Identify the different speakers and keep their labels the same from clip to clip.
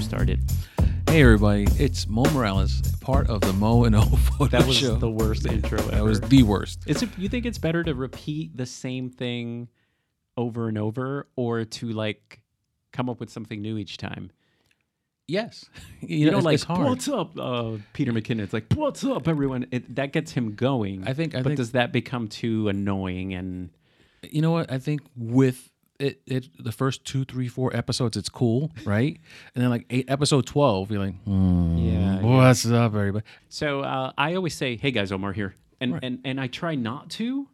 Speaker 1: started.
Speaker 2: Hey everybody, it's Mo Morales, part of the Mo and O Photo
Speaker 1: That was
Speaker 2: Show.
Speaker 1: the worst intro ever.
Speaker 2: that was the worst.
Speaker 1: Is it, you think it's better to repeat the same thing over and over, or to like come up with something new each time?
Speaker 2: Yes, you,
Speaker 1: You,
Speaker 2: know,
Speaker 1: know,
Speaker 2: it's,
Speaker 1: like
Speaker 2: it's hard.
Speaker 1: what's up, uh, Peter McKinnon. It's like what's up, everyone. It, that gets him going.
Speaker 2: I think. I
Speaker 1: but
Speaker 2: think.
Speaker 1: does that become too annoying? And
Speaker 2: you know what? I think with it, it the first two, three, four episodes, it's cool, right? and then like eight, episode twelve, you're like, hmm,
Speaker 1: Yeah,
Speaker 2: what's up, everybody?
Speaker 1: so uh, I always say, "Hey guys, Omar here," and
Speaker 2: Right.
Speaker 1: and and I try not to,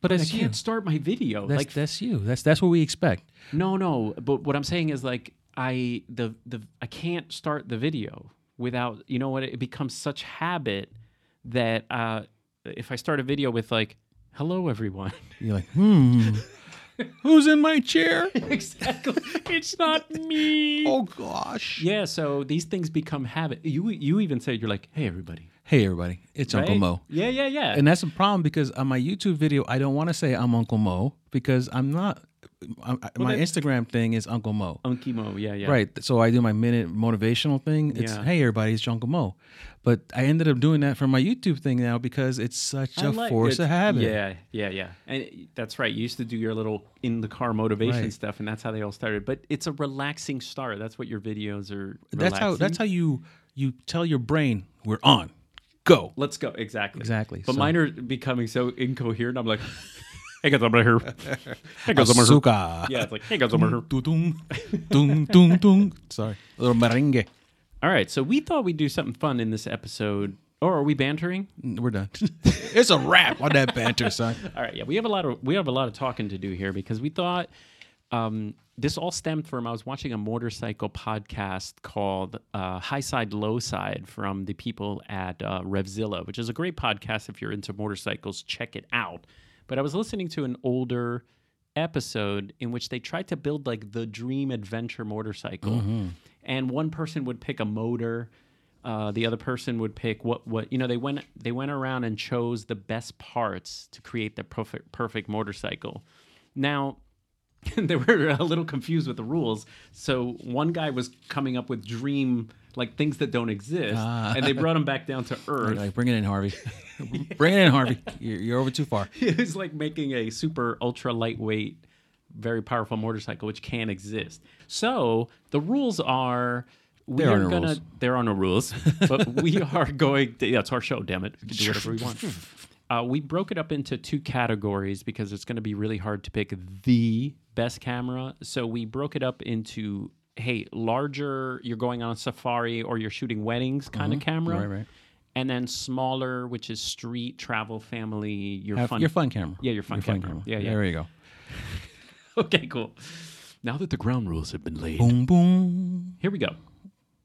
Speaker 2: But
Speaker 1: but I
Speaker 2: that's you.
Speaker 1: can't start my video.
Speaker 2: That's
Speaker 1: like
Speaker 2: that's you. That's that's what we expect.
Speaker 1: No, no. But what I'm saying is like I the the I can't start the video without you know what it becomes such habit that uh, if I start a video with like hello everyone
Speaker 2: You're like, hmm, who's in my chair?
Speaker 1: exactly it's not me
Speaker 2: Oh gosh.
Speaker 1: yeah so these things become habit you you even say you're like hey everybody
Speaker 2: Hey everybody, it's Uncle
Speaker 1: right?
Speaker 2: Mo.
Speaker 1: yeah yeah yeah
Speaker 2: and that's the problem because on my YouTube video, I don't want to say I'm Uncle Mo because I'm not. I'm, I- my Instagram thing is Uncle Mo,
Speaker 1: Unkimo yeah yeah
Speaker 2: right? So I do my minute motivational thing. It's
Speaker 1: Yeah.
Speaker 2: hey everybody, it's Uncle Mo, but I ended up doing that for my YouTube thing now because it's such
Speaker 1: I
Speaker 2: a
Speaker 1: like-
Speaker 2: force of
Speaker 1: it's-
Speaker 2: habit.
Speaker 1: Yeah, yeah, yeah. And it- that's right. You used to do your little in the car motivation
Speaker 2: Right.
Speaker 1: stuff, and that's how they all started. But it's a relaxing start. That's what your videos are.
Speaker 2: that's how
Speaker 1: relaxing.
Speaker 2: that's how you you tell your brain we're on, go.
Speaker 1: Let's go. Exactly.
Speaker 2: Exactly.
Speaker 1: But
Speaker 2: So-
Speaker 1: mine are becoming so incoherent. I'm like, hey guys, I'm right here. Hey guys, I'm right here.
Speaker 2: Asuka.
Speaker 1: Yeah, it's like, hey guys, I'm right here.
Speaker 2: Dum, dum, dum, dum. Sorry, a little merengue.
Speaker 1: All right. So we thought we'd do something fun in this episode. Or are we bantering?
Speaker 2: We're done. it's a wrap on that banter, son.
Speaker 1: All right, yeah, we have a lot of we have a lot of talking to do here because we thought um, this all stemmed from I was watching a motorcycle podcast called uh, High Side Low Side from the people at uh, Revzilla, which is a great podcast if you're into motorcycles. Check it out. But I was listening to an older episode in which they tried to build like the dream adventure motorcycle, and one person would pick a motor. Uh, the other person would pick what what you know they went they went around and chose the best parts to create the perfect perfect motorcycle. Now they were a little confused with the rules, so one guy was coming up with dream like things that don't exist, and they brought him back down to earth.
Speaker 2: Like, bring it in, Harvey. bring it in, Harvey. You're, you're over too far.
Speaker 1: it was like making a super ultra lightweight, very powerful motorcycle, which can exist. So the rules are we
Speaker 2: There are
Speaker 1: are
Speaker 2: no
Speaker 1: gonna
Speaker 2: rules.
Speaker 1: there are no rules, but we are going. To, yeah, it's our show. Damn it, we can do whatever we want. Uh, we broke it up into two categories because it's going to be really hard to pick the best camera. So we broke it up into hey, larger. You're going on a safari or you're shooting weddings kind of camera,
Speaker 2: Mm-hmm. Right, right.
Speaker 1: and then smaller, which is street travel, family, your
Speaker 2: Have
Speaker 1: fun,
Speaker 2: your fun camera.
Speaker 1: Yeah, your fun camera. Yeah, yeah.
Speaker 2: There you go.
Speaker 1: Okay, cool. Now that the ground rules have been laid,
Speaker 2: Boom, boom.
Speaker 1: here we go.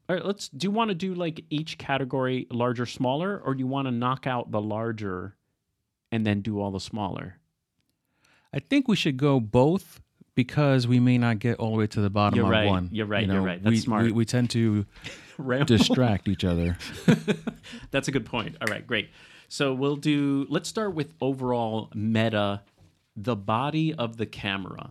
Speaker 1: All right, let's. Do you want to do like each category, larger, smaller, or do you want to knock out the larger, and then do all the smaller?
Speaker 2: I think we should go both because we may not get all the way to the bottom
Speaker 1: You're
Speaker 2: on
Speaker 1: right.
Speaker 2: one.
Speaker 1: You're right.
Speaker 2: You know,
Speaker 1: You're right. That's
Speaker 2: we,
Speaker 1: smart.
Speaker 2: We, we tend to
Speaker 1: Ramble.
Speaker 2: distract each other.
Speaker 1: That's a good point. All right, great. So we'll do. Let's start with overall meta, the body of the camera.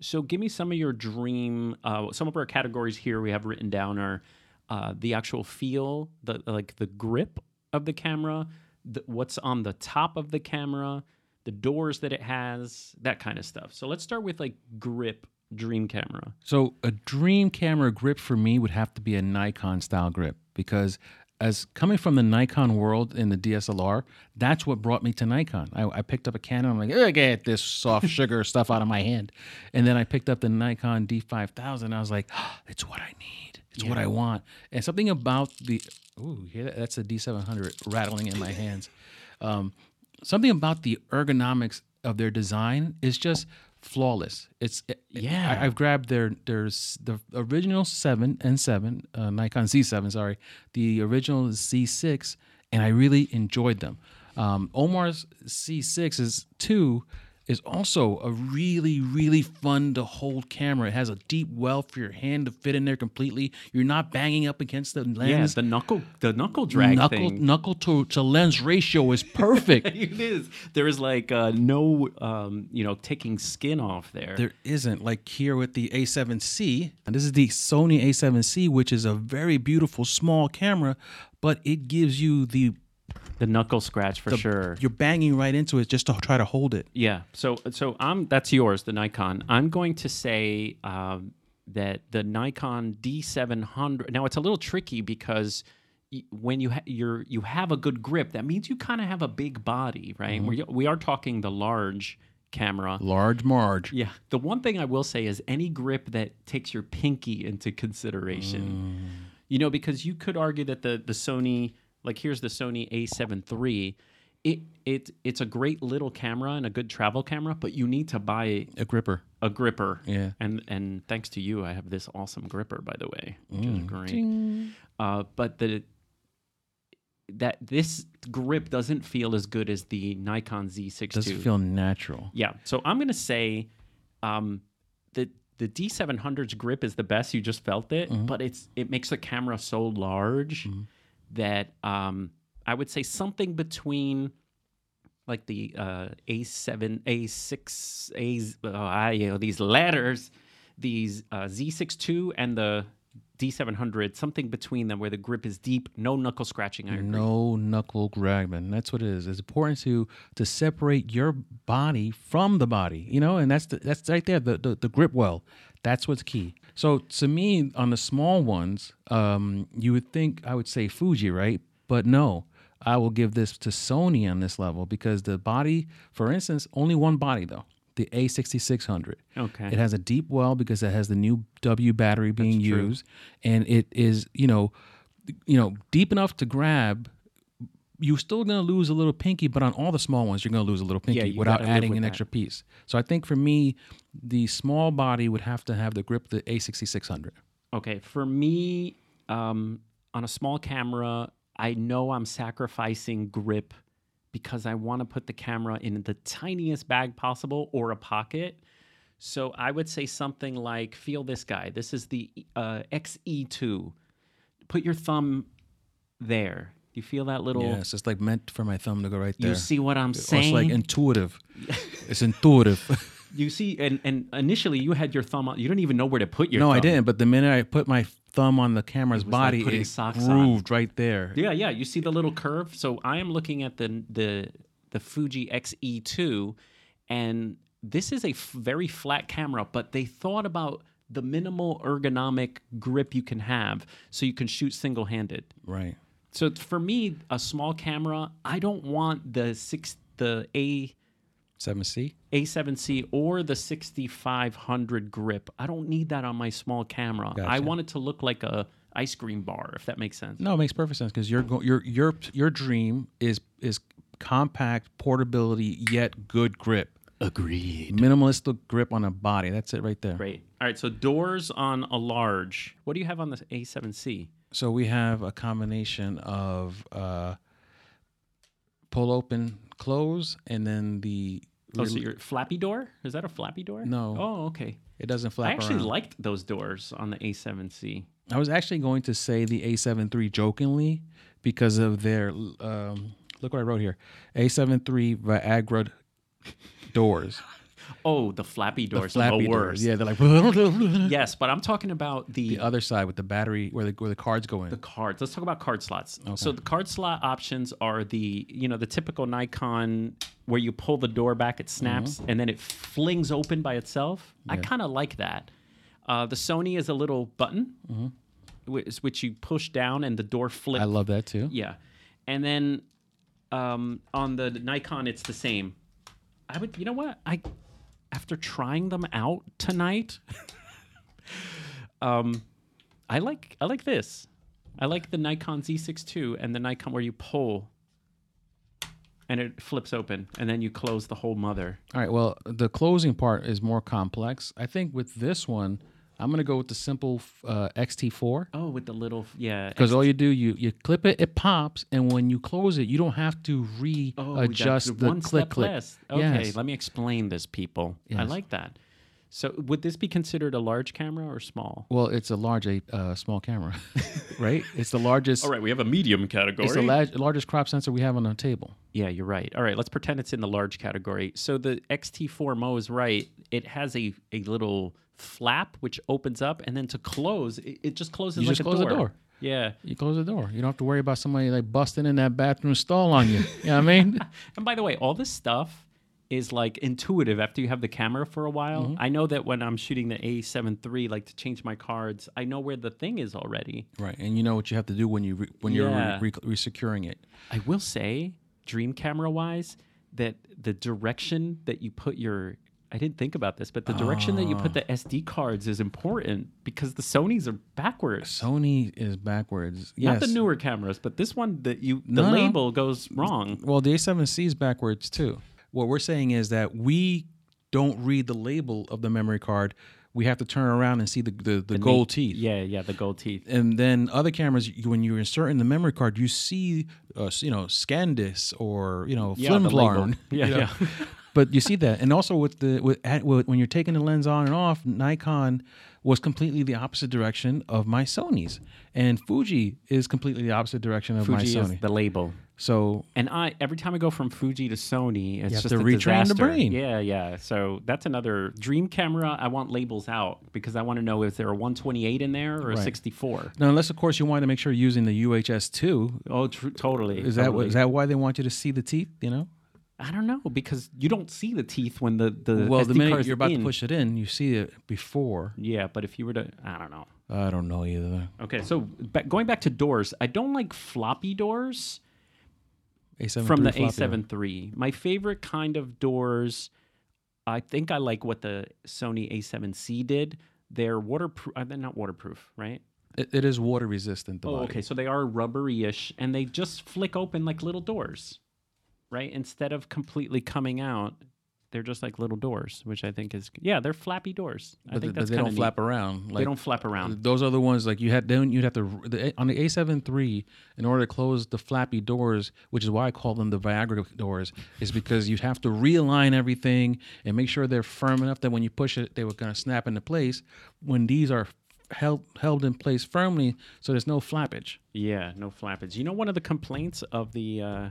Speaker 1: So give me some of your dream. Uh, some of our categories here we have written down are uh, the actual feel, the like the grip of the camera, the, what's on the top of the camera, the doors that it has, that kind of stuff. So let's start with like grip dream camera.
Speaker 2: So a dream camera grip for me would have to be a Nikon style grip because as coming from the Nikon world in the DSLR, that's what brought me to Nikon. I, I picked up a Canon. I'm like, "Ugh, get this soft sugar stuff out of my hand, and then I picked up the Nikon D5000. I was like, "Ah, it's what I need. It's what I want. And something about the ooh, you hear that? That's a D700 rattling in my hands. Um, something about the ergonomics of their design is just flawless. It's
Speaker 1: Yeah.
Speaker 2: I, I've grabbed their there's the original seven and seven uh, Nikon Z seven. Sorry, the original Z six, and I really enjoyed them. Um, Omar's C six is two. is also a really, really fun to hold camera. It has a deep well for your hand to fit in there completely. You're not banging up against the
Speaker 1: Yeah,
Speaker 2: lens.
Speaker 1: the knuckle, the knuckle drag
Speaker 2: knuckle
Speaker 1: thing.
Speaker 2: knuckle to, to lens ratio is perfect.
Speaker 1: it is. There is like uh, no, um, you know, taking skin off there.
Speaker 2: there isn't like here with the A7C. And this is the Sony A7C, which is a very beautiful small camera, but it gives you the
Speaker 1: the knuckle scratch for sure.
Speaker 2: you're banging right into it just to try to hold it.
Speaker 1: Yeah. So so I'm that's yours, the Nikon. I'm going to say um, that the Nikon D700. Now it's a little tricky because y- when you ha- you're you have a good grip, that means you kind of have a big body, right? We we are talking the large camera.
Speaker 2: Large Marge.
Speaker 1: Yeah. The one thing I will say is any grip that takes your pinky into consideration.
Speaker 2: Mm.
Speaker 1: You know, because you could argue that the the Sony, like here's the Sony A7 III, it it it's a great little camera and a good travel camera, but you need to buy
Speaker 2: A gripper.
Speaker 1: a gripper.
Speaker 2: Yeah.
Speaker 1: And and thanks to you, I have this awesome gripper, by the way, which is
Speaker 2: Mm.
Speaker 1: great. Uh, but the that this grip doesn't feel as good as the Nikon Z6
Speaker 2: Doesn't
Speaker 1: II.
Speaker 2: feel natural.
Speaker 1: Yeah. So I'm gonna say, um, the the D700's grip is the best. You just felt it, but it's it makes the camera so large that um, I would say something between like the uh, A7, A6, A, oh, I, you know, these letters, these uh, Z6 II and the D700, something between them where the grip is deep, no knuckle scratching. I agree.
Speaker 2: No knuckle grabbing. That's what it is. It's important to to separate your body from the body, you know, and that's the, that's right there. The, the the grip well. That's what's key. So to me, on the small ones, um, you would think I would say Fuji, right? But no, I will give this to Sony on this level because the body, for instance, only one body though. The A6600.
Speaker 1: Okay.
Speaker 2: It has a deep well because it has the new W battery being used, and it is you know, you know, deep enough to grab. You're still gonna lose a little pinky, but on all the small ones, you're gonna lose a little pinky
Speaker 1: you
Speaker 2: without
Speaker 1: gotta live
Speaker 2: adding
Speaker 1: with
Speaker 2: an
Speaker 1: that.
Speaker 2: extra piece. So I think for me, the small body would have to have the grip of the A6600.
Speaker 1: Okay, for me, um, on a small camera, I know I'm sacrificing grip because I want to put the camera in the tiniest bag possible or a pocket. So I would say something like, "Feel this guy. This is the uh, XE2. Put your thumb there. You feel that little?
Speaker 2: Yes, it's like meant for my thumb to go right there.
Speaker 1: you see what I'm
Speaker 2: Or it's
Speaker 1: saying?
Speaker 2: like intuitive. it's intuitive.
Speaker 1: you see, and and initially you had your thumb. on You didn't even know where to put your.
Speaker 2: no, I
Speaker 1: thumb.
Speaker 2: didn't. But the minute I put my thumb on the camera's body,
Speaker 1: putting
Speaker 2: it
Speaker 1: socks on.
Speaker 2: grooved right there.
Speaker 1: Yeah, yeah. You see the little curve. So I am looking at the the the Fuji XE2, and this is a f- very flat camera, but they thought about the minimal ergonomic grip you can have, so you can shoot single handed.
Speaker 2: Right.
Speaker 1: So for me, a small camera, I don't want the six the A.
Speaker 2: Seven C.
Speaker 1: A7C or the 6500 grip. I don't need that on my small camera. I want it to look like a ice cream bar, if that makes sense.
Speaker 2: No, it makes perfect sense because your go- your your your dream is is compact portability yet good grip,
Speaker 1: Agreed.
Speaker 2: minimalistic grip on a body. That's it right there.
Speaker 1: Great. All right. So doors on a large. What do you have on the A7C?
Speaker 2: So we have a combination of uh, pull open close and then the
Speaker 1: Oh, so your flappy door? Is that a flappy door?
Speaker 2: No.
Speaker 1: Oh, okay.
Speaker 2: it doesn't
Speaker 1: I
Speaker 2: flap
Speaker 1: actually
Speaker 2: around.
Speaker 1: liked those doors on the A7C.
Speaker 2: I was actually going to say the A7 III jokingly because of their um, look what I wrote here A7 III Viagra doors,
Speaker 1: Oh, the flappy doors. are
Speaker 2: flappy
Speaker 1: the worst.
Speaker 2: doors. Yeah, they're like.
Speaker 1: Yes, but I'm talking about the,
Speaker 2: the other side with the battery where the where the cards go in.
Speaker 1: cards. Let's talk about card slots. So the card slot options are the you know the typical Nikon where you pull the door back, it snaps, and then it flings open by itself. I kind of like that. Uh, the Sony is a little button, which, which you push down and the door flips.
Speaker 2: I love that too.
Speaker 1: Yeah, and then um, on the Nikon, it's the same. I would, you know what? I after trying them out tonight, um, I like I like this. I like the Nikon Z6 II and the Nikon where you pull and it flips open and then you close the whole mother.
Speaker 2: All right. Well, the closing part is more complex. I think with this one, I'm gonna go with the simple uh, XT4
Speaker 1: Oh, with the little yeah.
Speaker 2: because all you do you you clip it, it pops, and when you close it, you don't have to
Speaker 1: Oh, that's
Speaker 2: readjust the
Speaker 1: one
Speaker 2: click
Speaker 1: step
Speaker 2: click.
Speaker 1: less. Okay,
Speaker 2: Yes.
Speaker 1: let me explain this, people. I
Speaker 2: Yes.
Speaker 1: like that. So, would this be considered a large camera or small?
Speaker 2: Well, it's a large, a uh, small camera, right? It's the largest.
Speaker 1: right, we have a medium category.
Speaker 2: It's the la- largest crop sensor we have on our table.
Speaker 1: yeah, you're right. All right, let's pretend it's in the large category. So the XT4 Mo is right. It has a, a little flap which opens up, and then to close, it, it just closes
Speaker 2: You
Speaker 1: like
Speaker 2: just
Speaker 1: a
Speaker 2: close the
Speaker 1: door.
Speaker 2: door.
Speaker 1: Yeah.
Speaker 2: You close the door. You don't have to worry about somebody like busting in that bathroom stall on you. you know what I mean?
Speaker 1: And by the way, all this stuff is like intuitive after you have the camera for a while.
Speaker 2: Mm-hmm.
Speaker 1: I know that when I'm shooting the A7 III, like to change my cards, I know where the thing is already.
Speaker 2: Right, and you know what you have to do when you re- when
Speaker 1: Yeah.
Speaker 2: you're re- re- securing it.
Speaker 1: I will say, dream camera wise, that the direction that you put your I didn't think about this, but the direction that you put the SD cards is important because the Sony's are backwards.
Speaker 2: Sony is backwards.
Speaker 1: Not
Speaker 2: Yes.
Speaker 1: the newer cameras, but this one that you the
Speaker 2: No, no.
Speaker 1: label goes wrong.
Speaker 2: well, the A7C is backwards too. What we're saying is that we don't read the label of the memory card. We have to turn around and see the the, the, gold teeth.
Speaker 1: Yeah, yeah, the gold teeth.
Speaker 2: and then other cameras you, when you're inserting the memory card you see uh, you know scandis or you know
Speaker 1: Yeah, the
Speaker 2: flimflarn
Speaker 1: label. Yeah,
Speaker 2: you know.
Speaker 1: yeah.
Speaker 2: but you see that and also with the with, at, with when you're taking the lens on and off nikon was completely the opposite direction of my sony's and fuji is completely the opposite direction of my
Speaker 1: Fuji is
Speaker 2: sony
Speaker 1: the label.
Speaker 2: so
Speaker 1: And I every time I go from Fuji to Sony, it's
Speaker 2: have
Speaker 1: just
Speaker 2: to
Speaker 1: a
Speaker 2: retrain the
Speaker 1: disaster.
Speaker 2: brain.
Speaker 1: Yeah, yeah. So that's another dream camera. I want labels out because I want to know is there a 128 in there or a
Speaker 2: Right.
Speaker 1: 64.
Speaker 2: now unless of course you want to make sure you're using the uhs too
Speaker 1: Oh, tr- totally.
Speaker 2: is that what,
Speaker 1: totally.
Speaker 2: is that why they want you to see the teeth you know
Speaker 1: I don't know because you don't see the teeth when the the
Speaker 2: well
Speaker 1: SD
Speaker 2: the minute
Speaker 1: card's
Speaker 2: you're about
Speaker 1: in.
Speaker 2: to push it in you see it before
Speaker 1: Yeah, but if you were to, I don't know.
Speaker 2: i don't know either
Speaker 1: Okay, so ba- going back to doors, I don't like floppy doors
Speaker 2: a7
Speaker 1: from the
Speaker 2: floppy drive.
Speaker 1: A7 III. My favorite kind of doors, I think I like what the Sony A7C did. They're waterproof. Uh, they're not waterproof, right?
Speaker 2: It, it is water resistant. The
Speaker 1: Oh,
Speaker 2: body.
Speaker 1: okay. So they are rubbery-ish, and they just flick open like little doors, right? Instead of completely coming out, they're just like little doors, which I think is yeah, they're flappy doors. I
Speaker 2: but,
Speaker 1: think
Speaker 2: th-
Speaker 1: that's
Speaker 2: they
Speaker 1: kind
Speaker 2: don't
Speaker 1: of
Speaker 2: flap around. Like
Speaker 1: They don't flap around.
Speaker 2: those are the ones like you had. Then you'd have to r- the, A- on the A7 III in order to close the flappy doors, which is why I call them the Viagra doors, is because you'd have to realign everything and make sure they're firm enough that when you push it, they were going to snap into place. When these are held held in place firmly, so there's no flappage.
Speaker 1: Yeah, no flappage. You know, one of the complaints of the uh,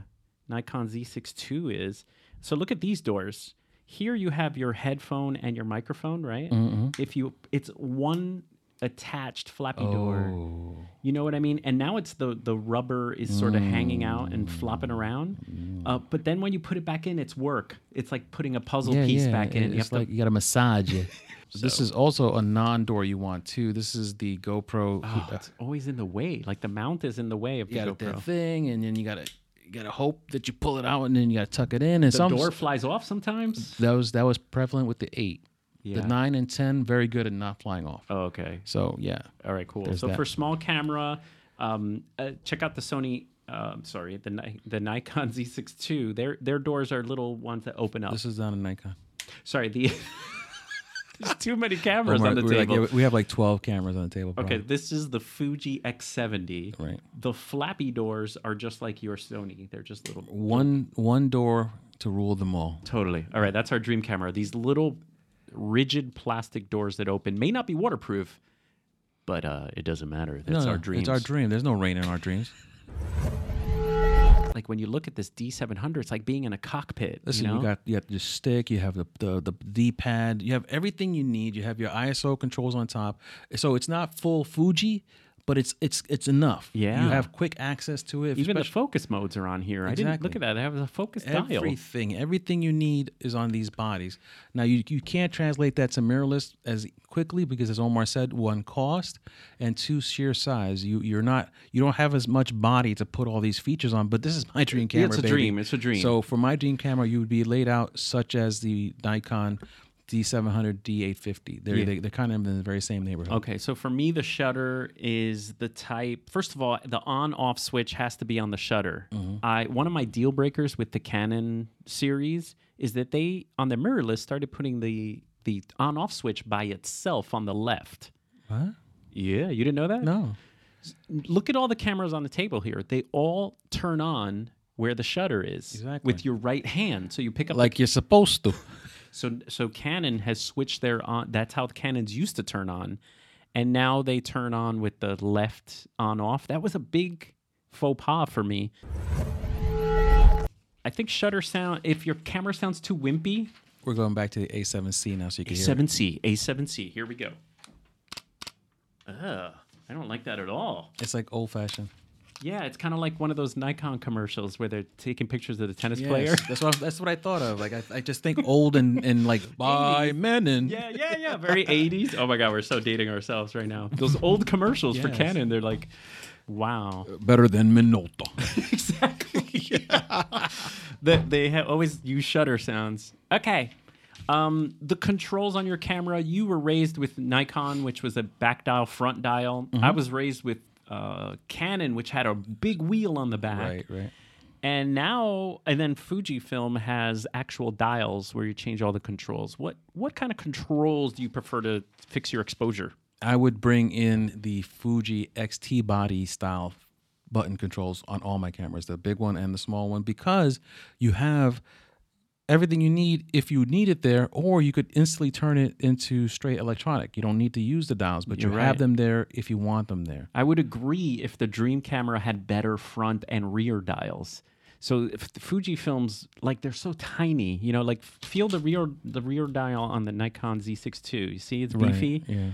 Speaker 1: Nikon Z6 II is so look at these doors. Here you have your headphone and your microphone, right?
Speaker 2: Mm-hmm.
Speaker 1: If you, it's one attached flappy door.
Speaker 2: Oh,
Speaker 1: You know what I mean? And now it's the the rubber is sort of hanging out
Speaker 2: Mm.
Speaker 1: and flopping around. Uh, but then when you put it back in, it's work. It's like putting a puzzle piece back in. You
Speaker 2: It's
Speaker 1: have
Speaker 2: like
Speaker 1: to,
Speaker 2: you got to massage it. This is also a non-door you want too. This is the GoPro.
Speaker 1: oh, it's always in the way. Like the mount is in the way of the
Speaker 2: you got
Speaker 1: GoPro.
Speaker 2: that thing, and then you gotta you gotta hope that you pull it out, and then you gotta tuck it in.
Speaker 1: The
Speaker 2: And some
Speaker 1: door flies off sometimes.
Speaker 2: that was that was prevalent with the eight,
Speaker 1: Yeah.
Speaker 2: the nine and ten very good at not flying off.
Speaker 1: Oh, okay.
Speaker 2: So yeah,
Speaker 1: All right, cool.
Speaker 2: There's
Speaker 1: so
Speaker 2: that.
Speaker 1: for small camera, um, uh, check out the Sony. Um, sorry, the Ni- the Nikon Z6 II. Their their doors are little ones that open up.
Speaker 2: this is not a Nikon.
Speaker 1: Sorry, the there's too many cameras on the
Speaker 2: We're like-
Speaker 1: table.
Speaker 2: yeah, we have like twelve cameras on the table.
Speaker 1: okay,
Speaker 2: probably.
Speaker 1: this is the Fuji X70.
Speaker 2: Right.
Speaker 1: The flappy doors are just like your Sony. They're just little.
Speaker 2: One one door to rule them all.
Speaker 1: Totally. All right, that's our dream camera. These little rigid plastic doors that open may not be waterproof, but uh, it doesn't matter. That's our dream.
Speaker 2: It's our dream. There's no rain in our dreams.
Speaker 1: like when you look at this D700, it's like being in a cockpit.
Speaker 2: Listen,
Speaker 1: you
Speaker 2: you,
Speaker 1: know?
Speaker 2: got you got your stick, you have the the the D pad, you have everything you need. You have your ISO controls on top, so it's not full Fuji, but it's it's it's enough.
Speaker 1: Yeah.
Speaker 2: you have quick access to it.
Speaker 1: even the
Speaker 2: especially-
Speaker 1: focus modes are on here. I didn't look at
Speaker 2: Exactly.
Speaker 1: that. I have a focus dial.
Speaker 2: everything, everything you need is on these bodies. Now you you can't translate that to mirrorless as quickly because, as Omar said, one cost and two sheer size. You you're not you don't have as much body to put all these features on. But this is my dream camera.
Speaker 1: it's a
Speaker 2: baby.
Speaker 1: dream. It's a dream.
Speaker 2: So for my dream camera, you would be laid out such as the Nikon D700, D850. They're they, they're kind of in the very same neighborhood.
Speaker 1: Okay, so for me, the shutter is the type. First of all, the on-off switch has to be on the shutter.
Speaker 2: Mm-hmm.
Speaker 1: I one of my deal breakers with the Canon series is that they on the mirrorless started putting the the on-off switch by itself on the left.
Speaker 2: What?
Speaker 1: Yeah, you didn't know that?
Speaker 2: No.
Speaker 1: Look at all the cameras on the table here. They all turn on where the shutter is
Speaker 2: Exactly.
Speaker 1: with your right hand. So you pick up
Speaker 2: Like you're supposed to.
Speaker 1: So so Canon has switched their on. That's how Canons used to turn on, and now they turn on with the left on off. That was a big faux pas for me. I think shutter sound. If your camera sounds too wimpy,
Speaker 2: We're going back to the A7C now, so you can hear. it.
Speaker 1: A7C, A7C. Here we go. Ugh, I don't like that at all.
Speaker 2: It's like old fashioned.
Speaker 1: Yeah, it's kind of like one of those Nikon commercials where they're taking pictures of the tennis player.
Speaker 2: Yes, that's what that's what I thought of. Like I, I just think old and, and like by men and
Speaker 1: Yeah, yeah, yeah. Very 80s. Oh my God, we're so dating ourselves right now. Those old commercials for
Speaker 2: Yes.
Speaker 1: Canon, they're like, wow.
Speaker 2: better than Minolta.
Speaker 1: Exactly. that they ha- always use shutter sounds. Okay. Um, the controls on your camera, you were raised with Nikon, which was a back dial, front dial.
Speaker 2: Mm-hmm.
Speaker 1: I was raised with uh, Canon, which had a big wheel on the back.
Speaker 2: right, right.
Speaker 1: And now, and then Fujifilm has actual dials where you change all the controls. What what kind of controls do you prefer to fix your exposure?
Speaker 2: I would bring in the Fuji XT body style button controls on all my cameras, the big one and the small one, because you have everything you need if you need it there, or you could instantly turn it into straight electronic. You don't need to use the dials, but you
Speaker 1: You're
Speaker 2: have
Speaker 1: right.
Speaker 2: them there if you want them there.
Speaker 1: I would agree if the Dream camera had better front and rear dials. So if the Fujifilms like they're so tiny, you know, like feel the rear the rear dial on the Nikon Z6 II. You see, it's beefy.
Speaker 2: Yeah.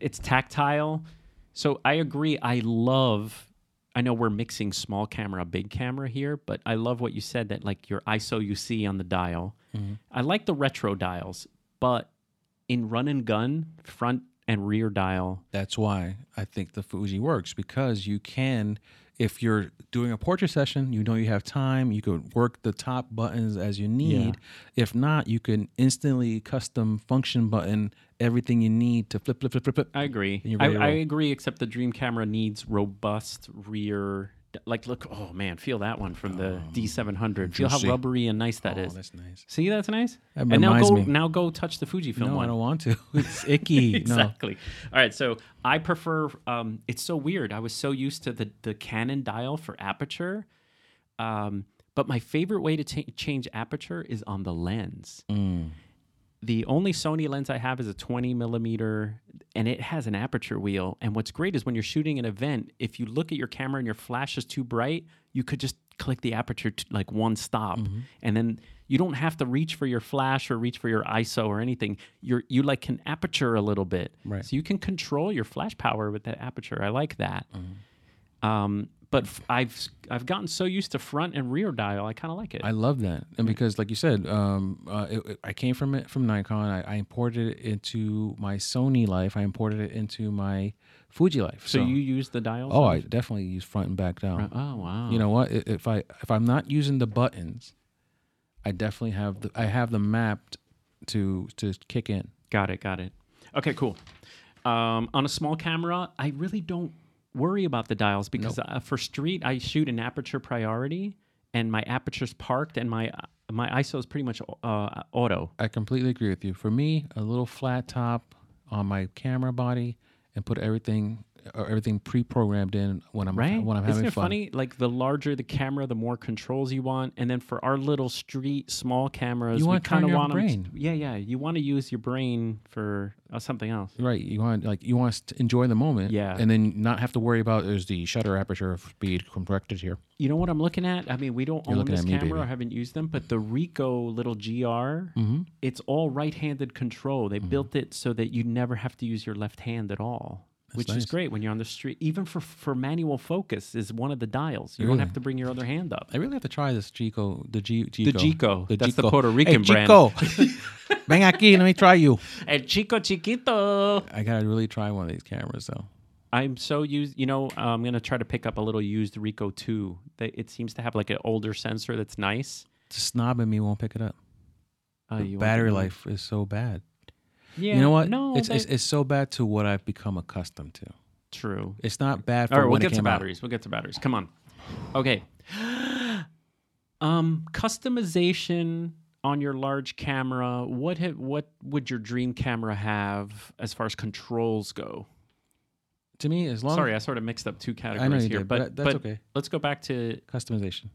Speaker 1: it's tactile. So I agree. I love. I know we're mixing small camera, big camera here, but I love what you said that like your ISO you see on the dial. I like the retro dials, but in run and gun, front and rear dial.
Speaker 2: That's why I think the Fuji works because you can, if you're doing a portrait session, you know you have time, you could work the top buttons as you need. If not, you can instantly custom function button everything you need to flip, flip, flip, flip, flip.
Speaker 1: I agree.
Speaker 2: You're
Speaker 1: I,
Speaker 2: very
Speaker 1: I
Speaker 2: right.
Speaker 1: agree. Except the Dream camera needs robust rear. di- Like look, oh man, feel that one from the D700. Feel how
Speaker 2: juicy.
Speaker 1: rubbery and nice that
Speaker 2: oh,
Speaker 1: is.
Speaker 2: that's nice.
Speaker 1: See, that's nice.
Speaker 2: That
Speaker 1: and now
Speaker 2: reminds
Speaker 1: go
Speaker 2: me.
Speaker 1: now go touch the Fujifilm
Speaker 2: No,
Speaker 1: one.
Speaker 2: I don't want to. It's icky. No.
Speaker 1: exactly. All right. So I prefer. Um, it's so weird. I was so used to the the Canon dial for aperture, um, but my favorite way to ta- change aperture is on the lens. The only Sony lens I have is a 20 millimeter, and it has an aperture wheel. And what's great is when you're shooting an event, if you look at your camera and your flash is too bright, you could just click the aperture to like one stop,
Speaker 2: Mm-hmm.
Speaker 1: and then you don't have to reach for your flash or reach for your ISO or anything. You're you like can aperture a little bit,
Speaker 2: Right.
Speaker 1: so you can control your flash power with that aperture. I like that.
Speaker 2: Mm-hmm.
Speaker 1: Um, but f- I've I've gotten so used to front and rear dial, I kind of like it.
Speaker 2: I love that, and because, like you said, um, uh, it, it- I came from it from Nikon. I, I imported it into my Sony life. I imported it into my Fuji life.
Speaker 1: so, you use the dial?
Speaker 2: oh, I definitely use front and back down.
Speaker 1: oh wow.
Speaker 2: you know what I- if i if i'm not using the buttons i definitely have the i have them mapped to to kick in
Speaker 1: Got it. Got it. Okay, cool. Um, on a small camera, I really don't worry about the dials because uh, for street, I shoot an aperture priority, and my aperture's parked, and my uh, my ISO is pretty much uh, auto.
Speaker 2: i completely agree with you for me a little flat top on my camera body and put everything or everything pre-programmed in when i'm
Speaker 1: Right?
Speaker 2: when i'm
Speaker 1: Isn't
Speaker 2: having
Speaker 1: it
Speaker 2: fun
Speaker 1: funny? Like the larger the camera, the more controls you want, and then for our little street small cameras,
Speaker 2: You
Speaker 1: we
Speaker 2: wanna turn
Speaker 1: kind of
Speaker 2: your
Speaker 1: want 'em to-
Speaker 2: brain.
Speaker 1: yeah, yeah. You want to use your brain for uh, something else.
Speaker 2: right you want like you want to enjoy the moment
Speaker 1: Yeah.
Speaker 2: and then not have to worry about is the shutter aperture speed corrected here
Speaker 1: you know what I'm looking at? I mean, we don't own
Speaker 2: looking
Speaker 1: this
Speaker 2: at me,
Speaker 1: camera
Speaker 2: baby. Mm-hmm.
Speaker 1: or haven't used them, but the Rico little GR, it's all right-handed control. They built it so that you never have to use your left hand at all, which is
Speaker 2: nice.
Speaker 1: great when you're on the street. Even for for manual focus is one of the dials. You don't
Speaker 2: Really?
Speaker 1: have to bring your other hand up.
Speaker 2: i really have to try this Gico, the G,
Speaker 1: The
Speaker 2: Gico.
Speaker 1: Gico. That's the
Speaker 2: Gico.
Speaker 1: Puerto Rican
Speaker 2: hey,
Speaker 1: brand.
Speaker 2: Gico. Ven aquí, let me try you.
Speaker 1: El chico chiquito.
Speaker 2: I gotta really try one of these cameras though.
Speaker 1: I'm so used. You know, uh, I'm gonna try to pick up a little used Rico too. They- It seems to have like an older sensor that's nice.
Speaker 2: The snob in me won't pick it up.
Speaker 1: Uh,
Speaker 2: The
Speaker 1: you want
Speaker 2: battery
Speaker 1: the-
Speaker 2: life is so bad.
Speaker 1: Yeah,
Speaker 2: you know what?
Speaker 1: No,
Speaker 2: it's, it's
Speaker 1: that-
Speaker 2: it's so bad to what I've become accustomed to.
Speaker 1: true.
Speaker 2: It's not bad for
Speaker 1: All right, we'll
Speaker 2: when
Speaker 1: get
Speaker 2: it
Speaker 1: to
Speaker 2: came out.
Speaker 1: batteries. We'll get to batteries. Come on. Okay. um, customization on your large camera. What ha- what would your dream camera have as far as controls go?
Speaker 2: to me, as long
Speaker 1: Sorry, I sort of mixed up two categories
Speaker 2: you
Speaker 1: here,
Speaker 2: did,
Speaker 1: but,
Speaker 2: but that's okay.
Speaker 1: Let's go back to
Speaker 2: customization.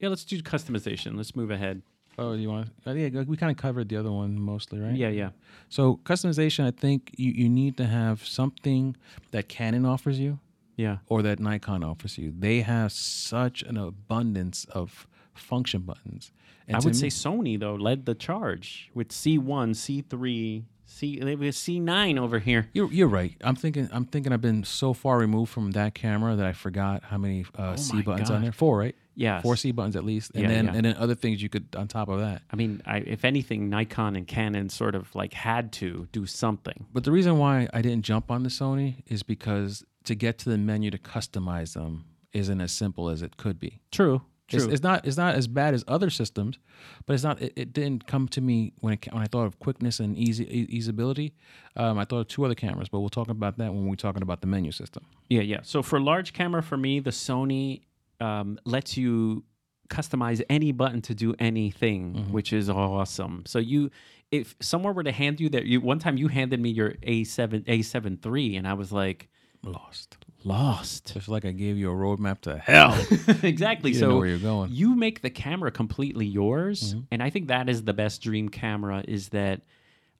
Speaker 1: yeah. Let's do customization. Let's move ahead.
Speaker 2: Oh, you want? Uh, yeah, we kind of covered the other one mostly, right?
Speaker 1: Yeah, yeah.
Speaker 2: So customization, I think you, you need to have something that Canon offers you
Speaker 1: Yeah.
Speaker 2: or that Nikon offers you. They have such an abundance of function buttons. And
Speaker 1: I
Speaker 2: to
Speaker 1: would
Speaker 2: me-
Speaker 1: say Sony though led the charge with C1, C3, C they were C9 over here.
Speaker 2: You're, you're right. I'm thinking. I'm thinking. I've been so far removed from that camera that I forgot how many uh, C
Speaker 1: Oh my
Speaker 2: buttons
Speaker 1: God.
Speaker 2: on there. Four, right?
Speaker 1: Yes.
Speaker 2: Four C buttons at least, and
Speaker 1: Yeah,
Speaker 2: then
Speaker 1: yeah.
Speaker 2: and then other things you could on top of that.
Speaker 1: I mean, I, if anything, Nikon and Canon sort of like had to do something.
Speaker 2: But the reason why I didn't jump on the Sony is because to get to the menu to customize them isn't as simple as it could be.
Speaker 1: True. True.
Speaker 2: It's, it's not it's not as bad as other systems, but it's not. It, it didn't come to me when it, ca- when I thought of quickness and easy e- easeability. Um, I thought of two other cameras, but we'll talk about that when we're talking about the menu system.
Speaker 1: yeah, yeah. So for large camera, for me, the Sony um, lets you customize any button to do anything,
Speaker 2: Mm-hmm.
Speaker 1: which is awesome. So you, if someone were to hand you that, you one time you handed me your A7 A7 III, and I was like
Speaker 2: Lost.
Speaker 1: lost.
Speaker 2: It's like I gave you a roadmap to hell.
Speaker 1: exactly.
Speaker 2: You
Speaker 1: so
Speaker 2: didn't know where you're going.
Speaker 1: you make the camera completely yours, and I think that is the best dream camera is that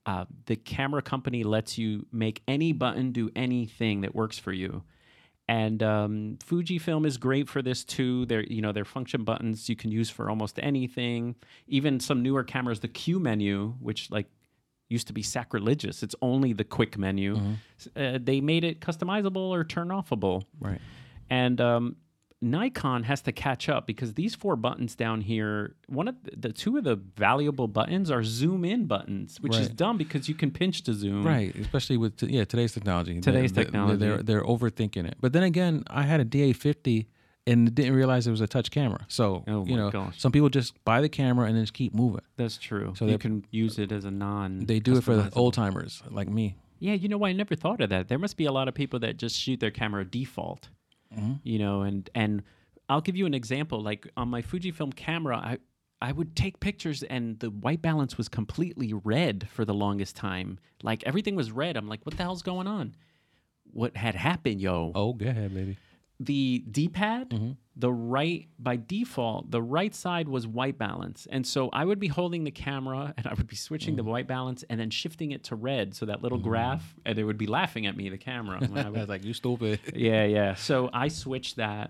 Speaker 1: uh, the camera company lets you make any button do anything that works for you. And um, Fujifilm is great for this too. Their you know their function buttons you can use for almost anything. Even some newer cameras, the Q menu, which like used to be sacrilegious. It's only the quick menu. S- Uh, they made it customizable or turn offable.
Speaker 2: right.
Speaker 1: And um, Nikon has to catch up because these four buttons down here, one of the, the two of the valuable buttons are zoom in buttons, which is
Speaker 2: Right.
Speaker 1: dumb because you can pinch to zoom.
Speaker 2: Right, especially with t- yeah today's technology.
Speaker 1: Today's
Speaker 2: They're- they're- They're,
Speaker 1: technology.
Speaker 2: they're overthinking it. But then again, I had a DA50 and didn't realize it was a touch camera. So
Speaker 1: Oh
Speaker 2: you
Speaker 1: my
Speaker 2: know,
Speaker 1: gosh.
Speaker 2: some people just buy the camera and then just keep moving.
Speaker 1: That's true.
Speaker 2: So
Speaker 1: So you
Speaker 2: they're-
Speaker 1: can use it as a non.
Speaker 2: They do it for the
Speaker 1: customizable-
Speaker 2: old timers like me.
Speaker 1: Yeah, you know, I never thought of that. There must be a lot of people that just shoot their camera default, you know, and and I'll give you an example. Like on my Fujifilm camera, I I would take pictures and the white balance was completely red for the longest time. Like everything was red. I'm like, what the hell's going on? What had happened, yo?
Speaker 2: Oh, go ahead, baby.
Speaker 1: the d-pad the right by default the right side was white balance and so i would be holding the camera and i would be switching the white balance and then shifting it to red so that little graph and it would be laughing at me the camera when I
Speaker 2: I
Speaker 1: would-
Speaker 2: was like, you stupid.
Speaker 1: yeah yeah so i switched that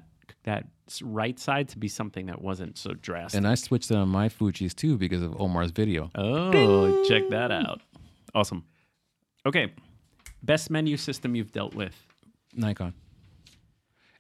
Speaker 1: that s- right side to be something that wasn't so drastic
Speaker 2: And I switched it on my Fuji's too because of Omar's video.
Speaker 1: oh check that out awesome okay best menu system you've dealt with
Speaker 2: Nikon.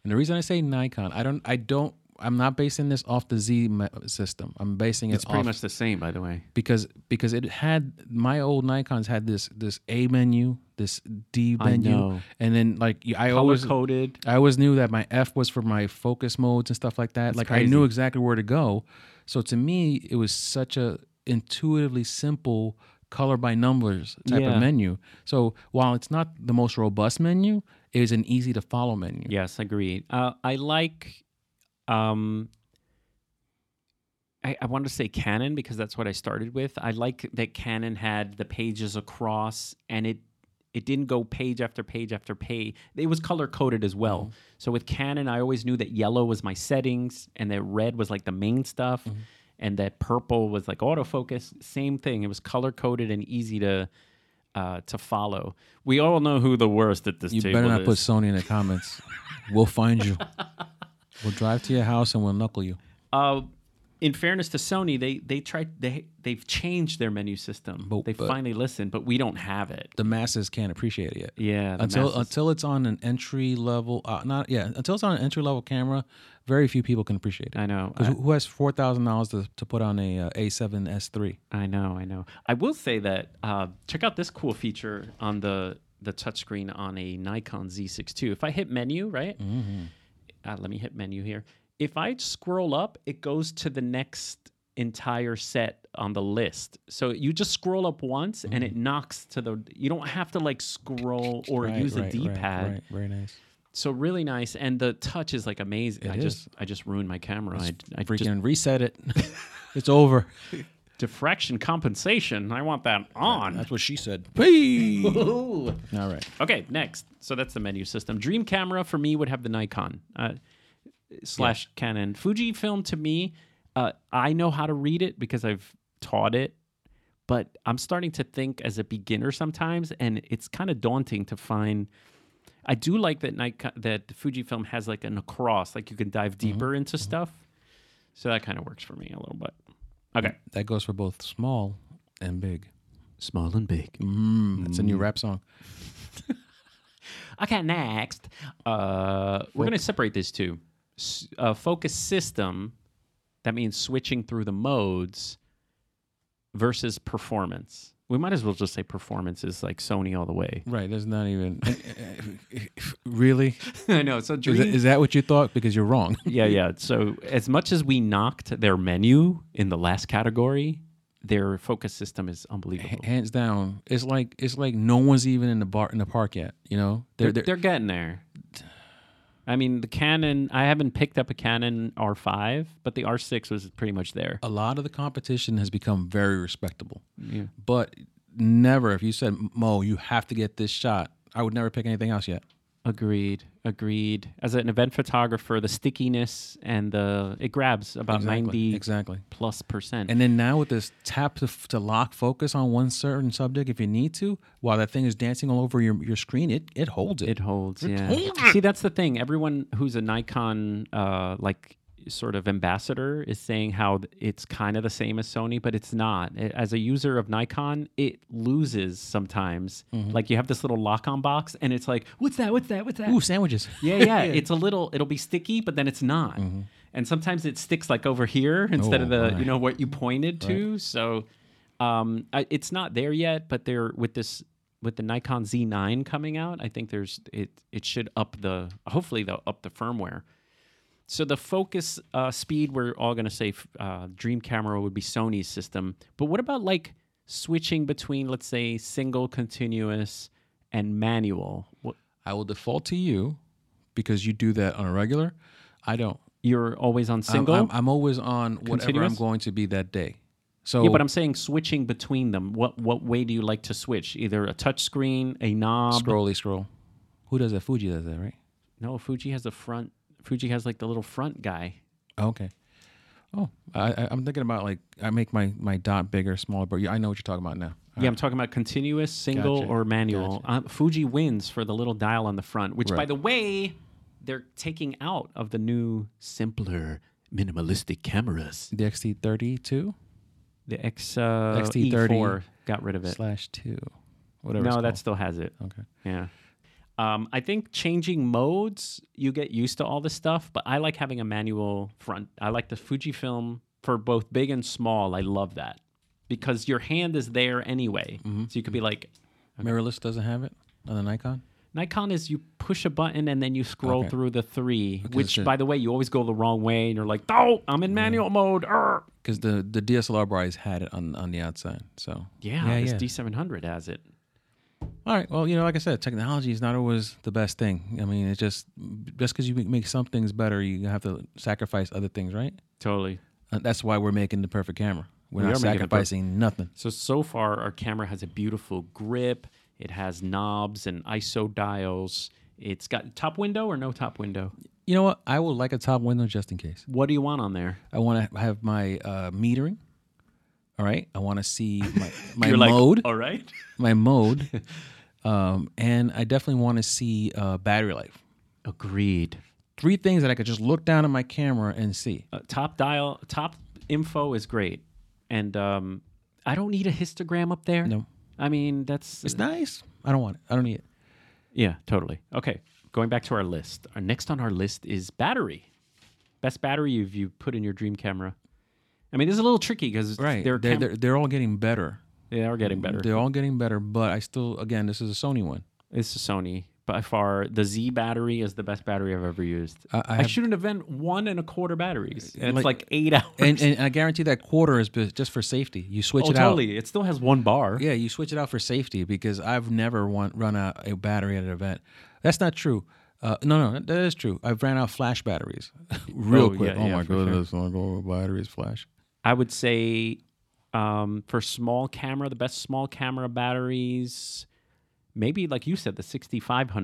Speaker 2: And the reason I say Nikon, I don't, I don't, I'm not basing this off the Z me- system. I'm basing it
Speaker 1: it's pretty
Speaker 2: off
Speaker 1: much the same by the way
Speaker 2: because because it had my old Nikon's had this this A menu, this D menu,
Speaker 1: know.
Speaker 2: and then like you- I
Speaker 1: color
Speaker 2: always
Speaker 1: coded
Speaker 2: I always knew that my F was for my focus modes and stuff like that. like I knew
Speaker 1: crazy.
Speaker 2: exactly where to go. So to me, it was such a intuitively simple color by numbers type
Speaker 1: Yeah.
Speaker 2: of menu. So while it's not the most robust menu, it is an easy to follow menu.
Speaker 1: Yes, agreed. Uh, I like. Um, I, I want to say Canon because that's what I started with. I like that Canon had the pages across, and it it didn't go page after page after page. It was color coded as well.
Speaker 2: Mm-hmm.
Speaker 1: So with Canon, I always knew that yellow was my settings, and that red was like the main stuff,
Speaker 2: Mm-hmm.
Speaker 1: and that purple was like autofocus. Same thing. It was color coded and easy to. Uh, to follow, we all know who the worst at this
Speaker 2: You
Speaker 1: table
Speaker 2: better not
Speaker 1: is.
Speaker 2: put Sony in the comments. we'll find you. We'll drive to your house and we'll knuckle you.
Speaker 1: Uh, in fairness to Sony, they they tried they they've changed their menu system.
Speaker 2: But-
Speaker 1: they
Speaker 2: but-
Speaker 1: finally listened, but we don't have it.
Speaker 2: The masses can't appreciate it yet.
Speaker 1: Yeah, the
Speaker 2: until
Speaker 1: masses-
Speaker 2: until it's on an entry level uh, not yeah until it's on an entry level camera very few people can appreciate it
Speaker 1: I know.
Speaker 2: because who has four thousand dollars to to put on a uh, A7S three
Speaker 1: I know, I know. I will say that uh, check out this cool feature on the the touchscreen on a Nikon Z6 II. If I hit menu, right?
Speaker 2: Mm-hmm.
Speaker 1: Uh, let me hit menu here. If I scroll up, it goes to the next entire set on the list. So you just scroll up once, and
Speaker 2: Mm-hmm.
Speaker 1: it knocks to the. You don't have to like scroll or use a D pad.
Speaker 2: right, very nice
Speaker 1: So really nice, and the touch is like amazing. I
Speaker 2: is.
Speaker 1: just I just ruined my camera. I, I
Speaker 2: freaking
Speaker 1: just
Speaker 2: reset it it's over
Speaker 1: diffraction compensation. I want that on.
Speaker 3: That's what she said.
Speaker 1: Ooh.
Speaker 2: All right.
Speaker 1: Okay, next. So that's the menu system. Dream camera for me would have the Nikon uh, slash Canon. Fujifilm to me, uh, I know how to read it because I've taught it, but I'm starting to think as a beginner sometimes, and it's kind of daunting to find. I do like that Nikon that Fujifilm has like an across, like you can dive deeper into stuff. So that kind of works for me a little bit. Okay,
Speaker 2: That goes for both small and big.
Speaker 1: small and big. Mm.
Speaker 2: That's a new rap song.
Speaker 1: Okay, next. Uh, we're going to separate these two. S- uh, focus system, that means switching through the modes, versus performance. We might as well just say performance is like Sony all the way.
Speaker 2: Right. There's not even. really?
Speaker 1: I know. So
Speaker 2: Is that, is that what you thought? Because you're wrong.
Speaker 1: yeah, yeah. So as much as we knocked their menu in the last category, their focus system is unbelievable.
Speaker 2: Hands down. It's like it's like no one's even in the bar in the park yet. You know.
Speaker 1: They're, they're getting there. I mean, the Canon. I haven't picked up a Canon R5, but the R6 was pretty much there.
Speaker 2: a lot of the competition has become very respectable. But never, if you said, Mo, you have to get this shot, I would never pick anything else yet.
Speaker 1: Agreed. Agreed. As an event photographer, the stickiness and the it grabs about ninety
Speaker 2: Exactly.
Speaker 1: plus percent.
Speaker 2: And then now with this tap to, f- to lock focus on one certain subject, if you need to, while that thing is dancing all over your, your screen, it, it holds it.
Speaker 1: it holds. Yeah. See, that's the thing. Everyone who's a Nikon, uh, like sort of ambassador, is saying how th- it's kind of the same as Sony, but it's not. I- As a user of Nikon, it loses sometimes.
Speaker 2: Mm-hmm.
Speaker 1: Like you have this little lock-on box, and it's like, what's that? What's that? What's that?
Speaker 2: Ooh, sandwiches.
Speaker 1: Yeah, yeah. It's a little. It'll be sticky, but then it's not. And sometimes it sticks like over here instead of
Speaker 2: Mm-hmm. Oh,
Speaker 1: the
Speaker 2: right.
Speaker 1: you know what you pointed to. So um, I, it's not there yet. But they're with this with the Nikon Z9 coming out. I think there's it. It should up the hopefully they'll up the firmware. So the focus uh, speed, we're all going to say f- uh, Dream Camera would be Sony's system. But what about like switching between, let's say, single continuous and manual? What,
Speaker 2: I will default to you because you do that on a regular. I don't.
Speaker 1: you're always on
Speaker 2: I'm-
Speaker 1: single.
Speaker 2: Um, I'm, I'm always on whatever I'm
Speaker 1: Continuous?
Speaker 2: going to be that day. So
Speaker 1: Yeah, but I'm saying switching between them. What what way do you like to switch? Either a touch screen, a knob.
Speaker 2: scrolly scroll. Who does that? Fuji does that, right?
Speaker 1: No, Fuji has a front. Fuji has like the little front guy.
Speaker 2: Okay. Oh, I, I- I'm thinking about like I make my my dot bigger, smaller, but yeah, I know what you're talking about now.
Speaker 1: Yeah, I'm talking about continuous, single,
Speaker 2: Gotcha.
Speaker 1: or manual. Um, Fuji wins for the little dial on the front, which, by
Speaker 2: Right.
Speaker 1: the way, they're taking out of the new simpler minimalistic cameras.
Speaker 2: The XT32
Speaker 1: The X uh,
Speaker 2: XT30
Speaker 1: E4 got rid of it.
Speaker 2: slash two, whatever. it's
Speaker 1: No,
Speaker 2: called.
Speaker 1: that still has it.
Speaker 2: okay.
Speaker 1: Yeah. Um, I think changing modes, you get used to all this stuff, but I like having a manual front. I like the Fujifilm for both big and small. I love that because your hand is there anyway.
Speaker 2: Mm-hmm.
Speaker 1: So you could be like,
Speaker 2: Mirrorless doesn't have it on the Nikon.
Speaker 1: Nikon is you push a button and then you scroll
Speaker 2: Okay.
Speaker 1: through the three, which
Speaker 2: it's a-
Speaker 1: by the way, you always go the wrong way and you're like, oh, I'm in manual mode. Arr.
Speaker 2: Because the, the DSLR bars had it on, on the outside, so
Speaker 1: Yeah,
Speaker 2: yeah,
Speaker 1: this
Speaker 2: yeah.
Speaker 1: D700 has it.
Speaker 2: All right, well, you know, like I said, technology is not always the best thing. I mean, it's just just because you make- make some things better, you have to sacrifice other things, right?
Speaker 1: Totally.
Speaker 2: Uh, that's why we're making the perfect camera. We're
Speaker 1: We
Speaker 2: not
Speaker 1: are making the perfect-
Speaker 2: sacrificing nothing.
Speaker 1: So so far, our camera has a beautiful grip. It has knobs and ISO dials. It's got top window or no top window.
Speaker 2: You know what? I would like a top window just in case.
Speaker 1: What do you want on there?
Speaker 2: I want to have my uh, metering. All right. I want to see my, my
Speaker 1: You're like,
Speaker 2: mode,
Speaker 1: all right.
Speaker 2: my mode, um, and I definitely want to see uh, battery life.
Speaker 1: Agreed.
Speaker 2: Three things that I could just look down at my camera and see.
Speaker 1: Uh, top dial, top info is great, and um, I don't need a histogram up there.
Speaker 2: No.
Speaker 1: I mean that's
Speaker 2: It's nice. I don't want it. I don't need it.
Speaker 1: yeah, totally. Okay, going back to our list. Our next on our list is battery. Best battery you've you put in your dream camera. I mean, this is a little tricky because
Speaker 2: They're
Speaker 1: they're,
Speaker 2: they're,
Speaker 1: cam-
Speaker 2: they're they're all getting better.
Speaker 1: they are getting better.
Speaker 2: They're all getting better, but I still again this is a Sony one.
Speaker 1: It's a Sony by far. The Z battery is the best battery I've ever used. I,
Speaker 2: I have- Uh,
Speaker 1: shoot an event one and a quarter batteries, and it's
Speaker 2: Like-
Speaker 1: like eight hours.
Speaker 2: And, and I guarantee that quarter is be- just for safety. You switch
Speaker 1: oh,
Speaker 2: it out.
Speaker 1: totally. It still has one bar.
Speaker 2: Yeah, you switch it out for safety because I've never want, run out a battery at an event. That's not true. Uh, no, no, that is true. I've ran out flash batteries real
Speaker 1: Oh,
Speaker 2: quick.
Speaker 1: yeah,
Speaker 2: oh
Speaker 1: yeah,
Speaker 2: my
Speaker 1: for sure.
Speaker 2: goodness, I'm going with batteries flash.
Speaker 1: I would say Um, for small camera, the best small camera batteries, maybe like you said, the 6500,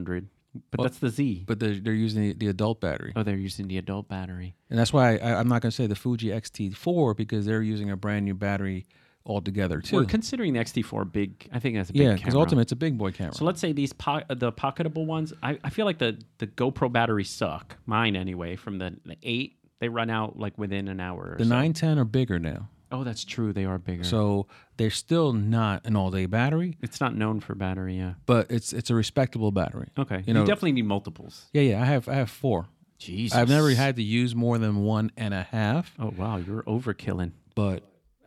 Speaker 1: but
Speaker 2: Well,
Speaker 1: that's the Z.
Speaker 2: But they're, they're using the, the adult battery.
Speaker 1: oh, they're using the adult battery.
Speaker 2: And that's why I, I'm not going to say the Fuji XT4 because they're using a brand new battery altogether, too.
Speaker 1: We're considering the XT4 big. I think that's a big
Speaker 2: yeah, because
Speaker 1: camera.
Speaker 2: ultimately it's a big boy camera.
Speaker 1: So let's say these po- uh, the pocketable ones. I, I feel like the the GoPro batteries suck. Mine anyway. From the, the eight, they run out like within an hour. Or
Speaker 2: the
Speaker 1: so.
Speaker 2: 910 are bigger now.
Speaker 1: Oh, that's true. They are bigger.
Speaker 2: So they're still not an all day battery,
Speaker 1: it's not known for battery. Yeah.
Speaker 2: but it's it's a respectable battery.
Speaker 1: Okay. You,
Speaker 2: know-
Speaker 1: definitely need multiples.
Speaker 2: Yeah, yeah. I have I have four.
Speaker 1: Jesus.
Speaker 2: I've never had to use more than one and a half,
Speaker 1: Oh wow, you're overkilling.
Speaker 2: but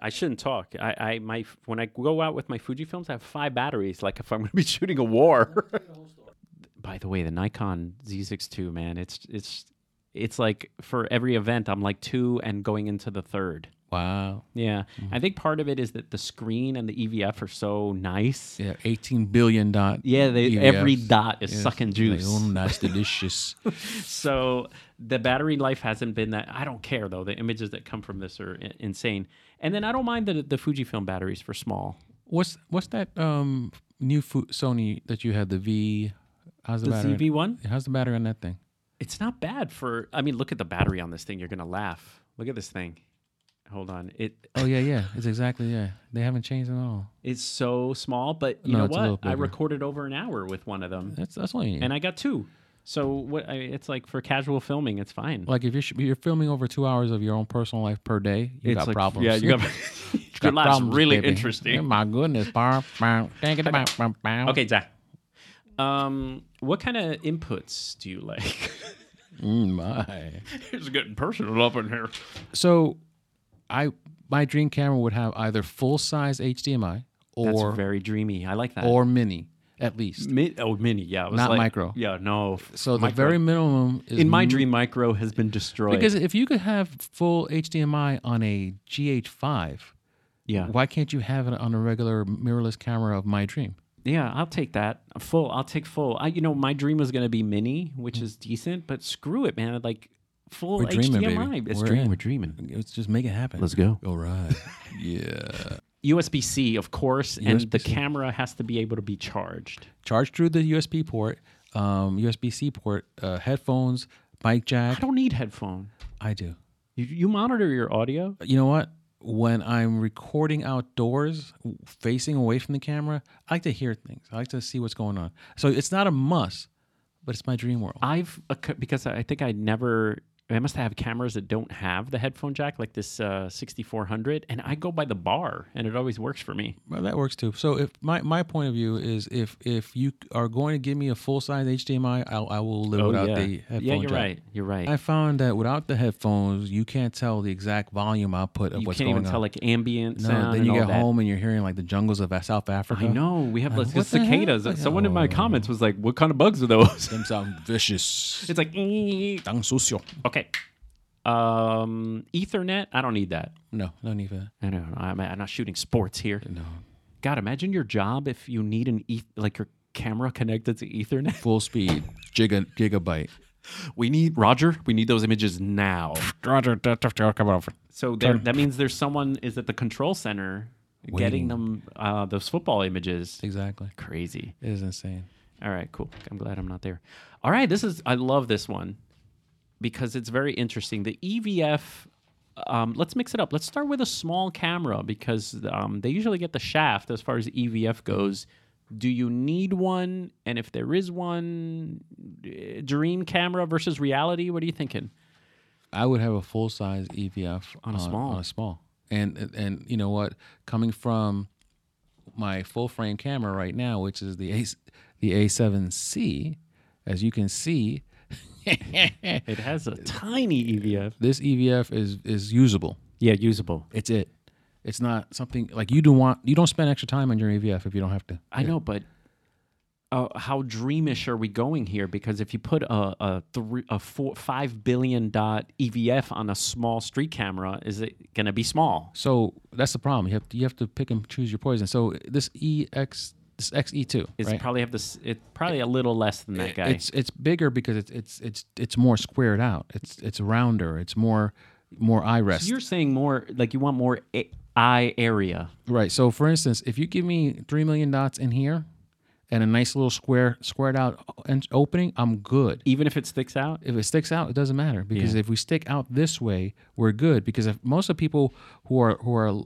Speaker 1: I shouldn't talk. I, I my when I go out with my Fuji films, I have five batteries. Like if I'm going to be shooting a war. By the way, the Nikon Z6 II, man, it's it's it's like for every event, I'm like two and going into the third.
Speaker 2: wow.
Speaker 1: Yeah,
Speaker 2: Mm-hmm.
Speaker 1: I think part of it is that the screen and the EVF are so nice.
Speaker 2: Yeah, E 18 billion dot.
Speaker 1: Yeah, they,
Speaker 2: EVFs.
Speaker 1: every dot is
Speaker 2: Yes.
Speaker 1: sucking juice.
Speaker 2: Like, mm, that's delicious.
Speaker 1: So the battery life hasn't been that. I don't care though. The images that come from this are i- insane. And then I don't mind the the Fujifilm batteries for small.
Speaker 2: what's what's that um new fu- Sony that you had the V? How's the,
Speaker 1: The
Speaker 2: battery?
Speaker 1: ZV one,
Speaker 2: How's the battery on that thing?
Speaker 1: it's not bad for. I mean, look at the battery on this thing. You're gonna laugh. Look at this thing. Hold on. It
Speaker 2: Oh yeah, yeah. It's exactly yeah. They haven't changed at all.
Speaker 1: it's so small, but you
Speaker 2: No,
Speaker 1: know
Speaker 2: it's a little
Speaker 1: what? I
Speaker 2: bigger.
Speaker 1: recorded over an hour with one of them,
Speaker 2: That's that's only
Speaker 1: and I got two. So what? I, it's like for casual filming, it's fine.
Speaker 2: like if you're sh- you're filming over two hours of your own personal life per day, you got problems.
Speaker 1: Yeah, you got, your
Speaker 2: Got
Speaker 1: life's
Speaker 2: problems,
Speaker 1: really
Speaker 2: baby. Oh,
Speaker 1: interesting.
Speaker 2: my goodness. Bow, bow, dang it, bow, bow, bow.
Speaker 1: Okay, Zach. Um, what kind of inputs do you like?
Speaker 2: Mm, my.
Speaker 1: it's getting personal up in here.
Speaker 2: So, I my dream camera would have either full size HDMI
Speaker 1: That's
Speaker 2: or
Speaker 1: very dreamy. I like that.
Speaker 2: or mini at least.
Speaker 1: Mi- oh, mini. Yeah, it was
Speaker 2: Not
Speaker 1: like-
Speaker 2: micro.
Speaker 1: Yeah, no.
Speaker 2: So the
Speaker 1: micro.
Speaker 2: very minimum is
Speaker 1: in my
Speaker 2: mi-
Speaker 1: dream, micro has been destroyed.
Speaker 2: because if you could have full HDMI on a GH5,
Speaker 1: yeah,
Speaker 2: why can't you have it on a regular mirrorless camera of my dream?
Speaker 1: yeah, I'll take that full. I'll take full. I, you know, my dream was gonna be mini, which is decent, but screw it, man. Like full
Speaker 2: Mm. We're dreaming, baby.
Speaker 1: HDMI. It's
Speaker 2: We're
Speaker 1: dream.
Speaker 2: in.
Speaker 1: We're dreaming.
Speaker 2: Let's just make it happen.
Speaker 1: Let's go.
Speaker 2: All right. yeah.
Speaker 1: USB C, of course, and the
Speaker 2: USB-C.
Speaker 1: camera has to be able to be charged.
Speaker 2: charge through the USB port, um, USB C port, uh, headphones, mic
Speaker 1: I
Speaker 2: jack.
Speaker 1: don't need headphone.
Speaker 2: I do.
Speaker 1: You, you monitor your audio.
Speaker 2: You know what? When I'm recording outdoors, w- facing away from the camera, I like to hear things. I like to see what's going on. So it's not a must, but it's my dream world.
Speaker 1: I've a co- because I think I never. I must have cameras that don't have the headphone jack, like this uh, 6400, and I go by the bar, and it always works for me.
Speaker 2: Well, that works too. So if my, my point of view is if if you are going to give me a full size HDMI, I, I will live without the headphone
Speaker 1: Oh, yeah, you're
Speaker 2: jack.
Speaker 1: right. You're right.
Speaker 2: I found that without the headphones, you can't tell the exact volume output of
Speaker 1: you
Speaker 2: what's
Speaker 1: can't
Speaker 2: going
Speaker 1: even
Speaker 2: on.
Speaker 1: tell like ambient
Speaker 2: No,
Speaker 1: sound.
Speaker 2: then you
Speaker 1: and all
Speaker 2: get
Speaker 1: that.
Speaker 2: home and you're hearing like the jungles of South Africa.
Speaker 1: I know we have like,
Speaker 2: what the Oh. hell?
Speaker 1: cicadas.
Speaker 2: Like,
Speaker 1: Someone in my comments was like, "What kind of bugs are those?"
Speaker 2: Them sound vicious.
Speaker 1: it's like, "Eh."
Speaker 2: Sound sucio.
Speaker 1: okay. Um, Ethernet. I don't need that.
Speaker 2: No, no need for that.
Speaker 1: I know. I'm, I'm not shooting sports here.
Speaker 2: No.
Speaker 1: God, imagine your job if you need an eth- like your camera connected to Ethernet.
Speaker 2: Full speed, giga, gigabyte.
Speaker 1: We need Roger. We need those images now.
Speaker 2: Roger, come over.
Speaker 1: So there, that means there's someone is at the control center getting them uh, those football images.
Speaker 2: Exactly.
Speaker 1: Crazy.
Speaker 2: It is insane.
Speaker 1: All right, cool. I'm glad I'm not there. All right, this is I love this one because it's very interesting. The EVF. Um, let's mix it up. Let's start with a small camera because um, they usually get the shaft as far as EVF goes. Do you need one? And if there is one, eh, dream camera versus reality. What are you thinking?
Speaker 2: I would have a full size EVF on
Speaker 1: a small.
Speaker 2: On a small. And and you know what? Coming from my full frame camera right now, which is the A the A7C, as you can see,
Speaker 1: It has a tiny E EVF.
Speaker 2: this EVF is is usable.
Speaker 1: Yeah, usable.
Speaker 2: It's it. It's not something like you do want. You don't spend extra time on your AVF if you don't have to.
Speaker 1: I know, but uh, how dreamish are we going here? Because if you put a a, three, a four, five billion dot EVF on a small street camera, is it going to be small?
Speaker 2: So that's the problem. You have to you have to pick and choose your poison. So this EX this XE two
Speaker 1: It's
Speaker 2: right?
Speaker 1: probably have this. It's probably a little less than that guy.
Speaker 2: It's it's bigger because it's it's it's it's more squared out. It's it's rounder. It's more more eye rest.
Speaker 1: You're saying more like you want more a- eye area.
Speaker 2: Right. So for instance, if you give me three million dots in here and a nice little square squared out o- en- opening, I'm good.
Speaker 1: Even if it sticks out,
Speaker 2: If it sticks out, it doesn't matter because if we stick out this way, we're good. Because if most of the people who are who are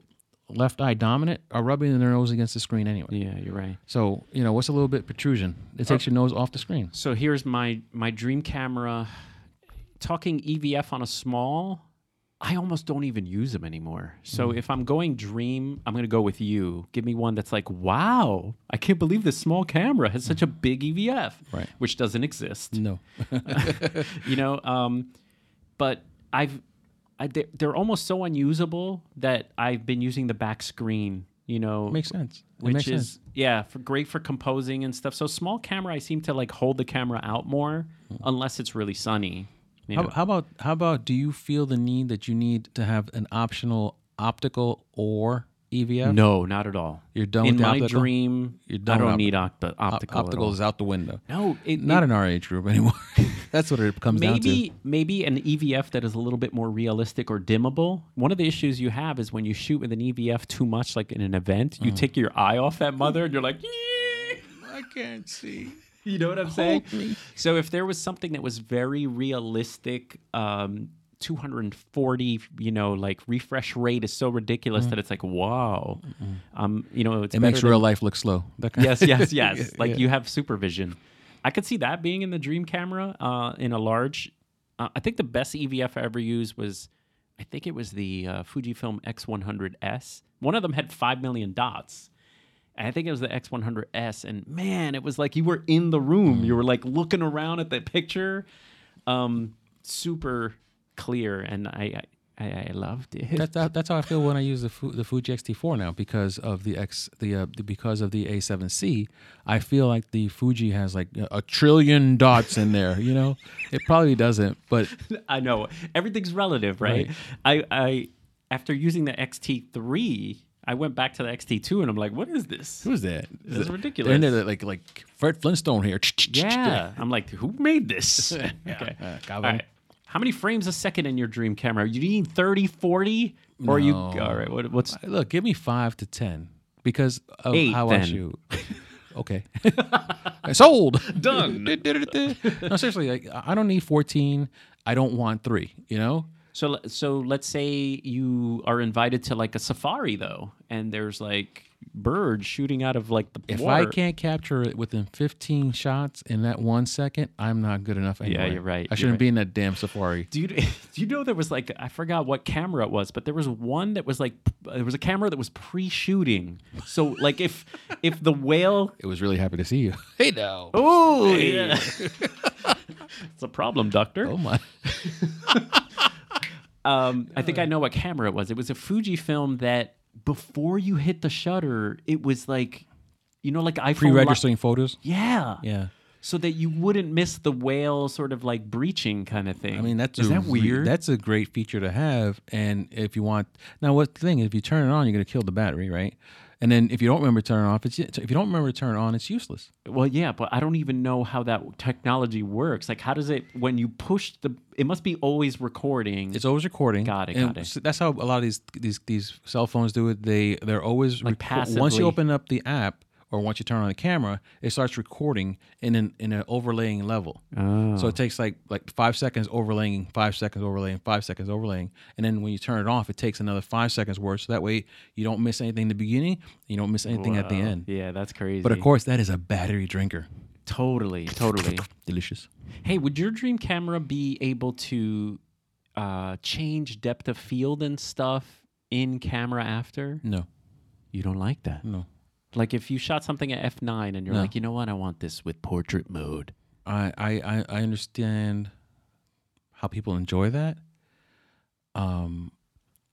Speaker 2: left eye dominant are rubbing their nose against the screen anyway.
Speaker 1: yeah, you're right.
Speaker 2: So you know what's a little bit protrusion? It takes your nose off the screen.
Speaker 1: So here's my my dream camera. Talking EVF on a small, I almost don't even use them anymore. So
Speaker 2: Hmm.
Speaker 1: if I'm going dream, I'm going to go with you. Give me one that's like, wow, I can't believe this small camera has such a big EVF,
Speaker 2: Hmm. Right. Hmm.
Speaker 1: Which doesn't exist.
Speaker 2: No.
Speaker 1: you know um, but i've I, they're, they're almost so unusable that i've been using the back screen you know
Speaker 2: Makes sense. It
Speaker 1: which
Speaker 2: makes
Speaker 1: is
Speaker 2: sense.
Speaker 1: yeah for, great for composing and stuff so small camera i seem to like hold the camera out more unless it's really sunny you
Speaker 2: How,
Speaker 1: know?
Speaker 2: how about how about do you feel the need that you need to have an optional optical or E EVF?
Speaker 1: no not at all
Speaker 2: You're done
Speaker 1: in
Speaker 2: with the
Speaker 1: my
Speaker 2: optical?
Speaker 1: dream
Speaker 2: You're
Speaker 1: i
Speaker 2: done
Speaker 1: don't
Speaker 2: with
Speaker 1: need opti- optical at
Speaker 2: optical
Speaker 1: all.
Speaker 2: is out the window.
Speaker 1: no it,
Speaker 2: Not
Speaker 1: it-
Speaker 2: in our age group anymore. That's what it comes down to.
Speaker 1: maybe maybe an EVF that is a little bit more realistic or dimmable. One of the issues you have is when you shoot with an EVF too much, like in an event,
Speaker 2: Mm.
Speaker 1: you take your eye off that mother and you're like, "Yee!"
Speaker 2: I can't see.
Speaker 1: you know what I'm saying? So if there was something that was very realistic, um, 240, you know, like refresh rate is so ridiculous that it's like, wow, um, you know, it's
Speaker 2: Mm. It makes
Speaker 1: better
Speaker 2: real life look slow. That kind
Speaker 1: yes, yes, yes. Like you have supervision. I could see that being in the dream camera uh, in a large. Uh, I think the best EVF I ever used was, I think it was the uh, Fujifilm X100S. One of them had five million dots. And I think it was the X100S, and man, it was like you were in the room. You were like looking around at the picture, um, super clear, and I I, I loved it.
Speaker 2: That's how, that's how I feel when I use the Fu- the Fuji XT4 now because of the X the, uh, the because of the A7C. I feel like the Fuji has like a trillion dots in there. You know, it probably doesn't, but
Speaker 1: I know everything's relative, right? I, I after using the XT3, I went back to the XT2 and I'm like, what is this?
Speaker 2: who's that?
Speaker 1: This is
Speaker 2: They're in
Speaker 1: ridiculous.
Speaker 2: there uh, like like Fred Flintstone here.
Speaker 1: yeah, I'm like, who made this? Okay.
Speaker 2: Uh,
Speaker 1: All
Speaker 2: Calvin.
Speaker 1: right. How many frames a second in your dream camera? You need 30, 40, or you?
Speaker 2: No.
Speaker 1: All right. What, what's
Speaker 2: Look, give me five to ten because of
Speaker 1: Eight,
Speaker 2: how I
Speaker 1: then.
Speaker 2: shoot. Okay, sold.
Speaker 1: Done.
Speaker 2: no, seriously, like I don't need fourteen. I don't want three. You know,
Speaker 1: so? le- So let's say you are invited to like a safari though, and there's like birds shooting out of like the
Speaker 2: if
Speaker 1: water.
Speaker 2: I can't capture it within fifteen shots in that one second, I'm not good enough. Anyway.
Speaker 1: you're right,
Speaker 2: I
Speaker 1: you're
Speaker 2: shouldn't
Speaker 1: right.
Speaker 2: be in that damn safari.
Speaker 1: Do you, do you know there was like I forgot what camera it was, but there was one that was like there was a camera that was pre-shooting. So like if if the whale
Speaker 2: It was really happy to see you. Hey now. Oh,
Speaker 1: oh yeah, it's a problem, doctor.
Speaker 2: Oh my.
Speaker 1: Um, I think I know what camera it was. It was a Fujifilm that before you hit the shutter, it was like you know like iPhone
Speaker 2: Pre
Speaker 1: Li-
Speaker 2: registering photos.
Speaker 1: yeah.
Speaker 2: Yeah.
Speaker 1: so that you wouldn't miss the whale sort of like breaching kind of thing.
Speaker 2: I mean, that's
Speaker 1: is
Speaker 2: a
Speaker 1: that
Speaker 2: re-
Speaker 1: weird?
Speaker 2: that's a great feature to have. And if you want, now what the thing is, if you turn it on, you're gonna kill the battery, right? And then if you don't remember to turn it off, it's if you don't remember to turn it on, it's useless.
Speaker 1: Well, yeah, but I don't even know how that technology works. Like, how does it when you push the? It must be always recording.
Speaker 2: It's always recording.
Speaker 1: Got it,
Speaker 2: And
Speaker 1: got it.
Speaker 2: so that's how a lot of these these these cell phones do it. They they're always like Once
Speaker 1: passively.
Speaker 2: you open up the app or once you turn on the camera, it starts recording in an in an overlaying level.
Speaker 1: Oh.
Speaker 2: So it takes like like five seconds overlaying, five seconds overlaying, five seconds overlaying, and then when you turn it off, it takes another five seconds worth. So that way you don't miss anything in the beginning, you don't miss anything at the
Speaker 1: Wow.
Speaker 2: end.
Speaker 1: Yeah, that's crazy.
Speaker 2: But of course, that is a battery drinker.
Speaker 1: totally, totally.
Speaker 2: Delicious.
Speaker 1: hey, would your dream camera be able to uh, change depth of field and stuff in camera after?
Speaker 2: No,
Speaker 1: You don't like that.
Speaker 2: no.
Speaker 1: Like if you shot something at f nine and you're like, you know what, I want this with portrait mode.
Speaker 2: I I I, I understand how people enjoy that. Um,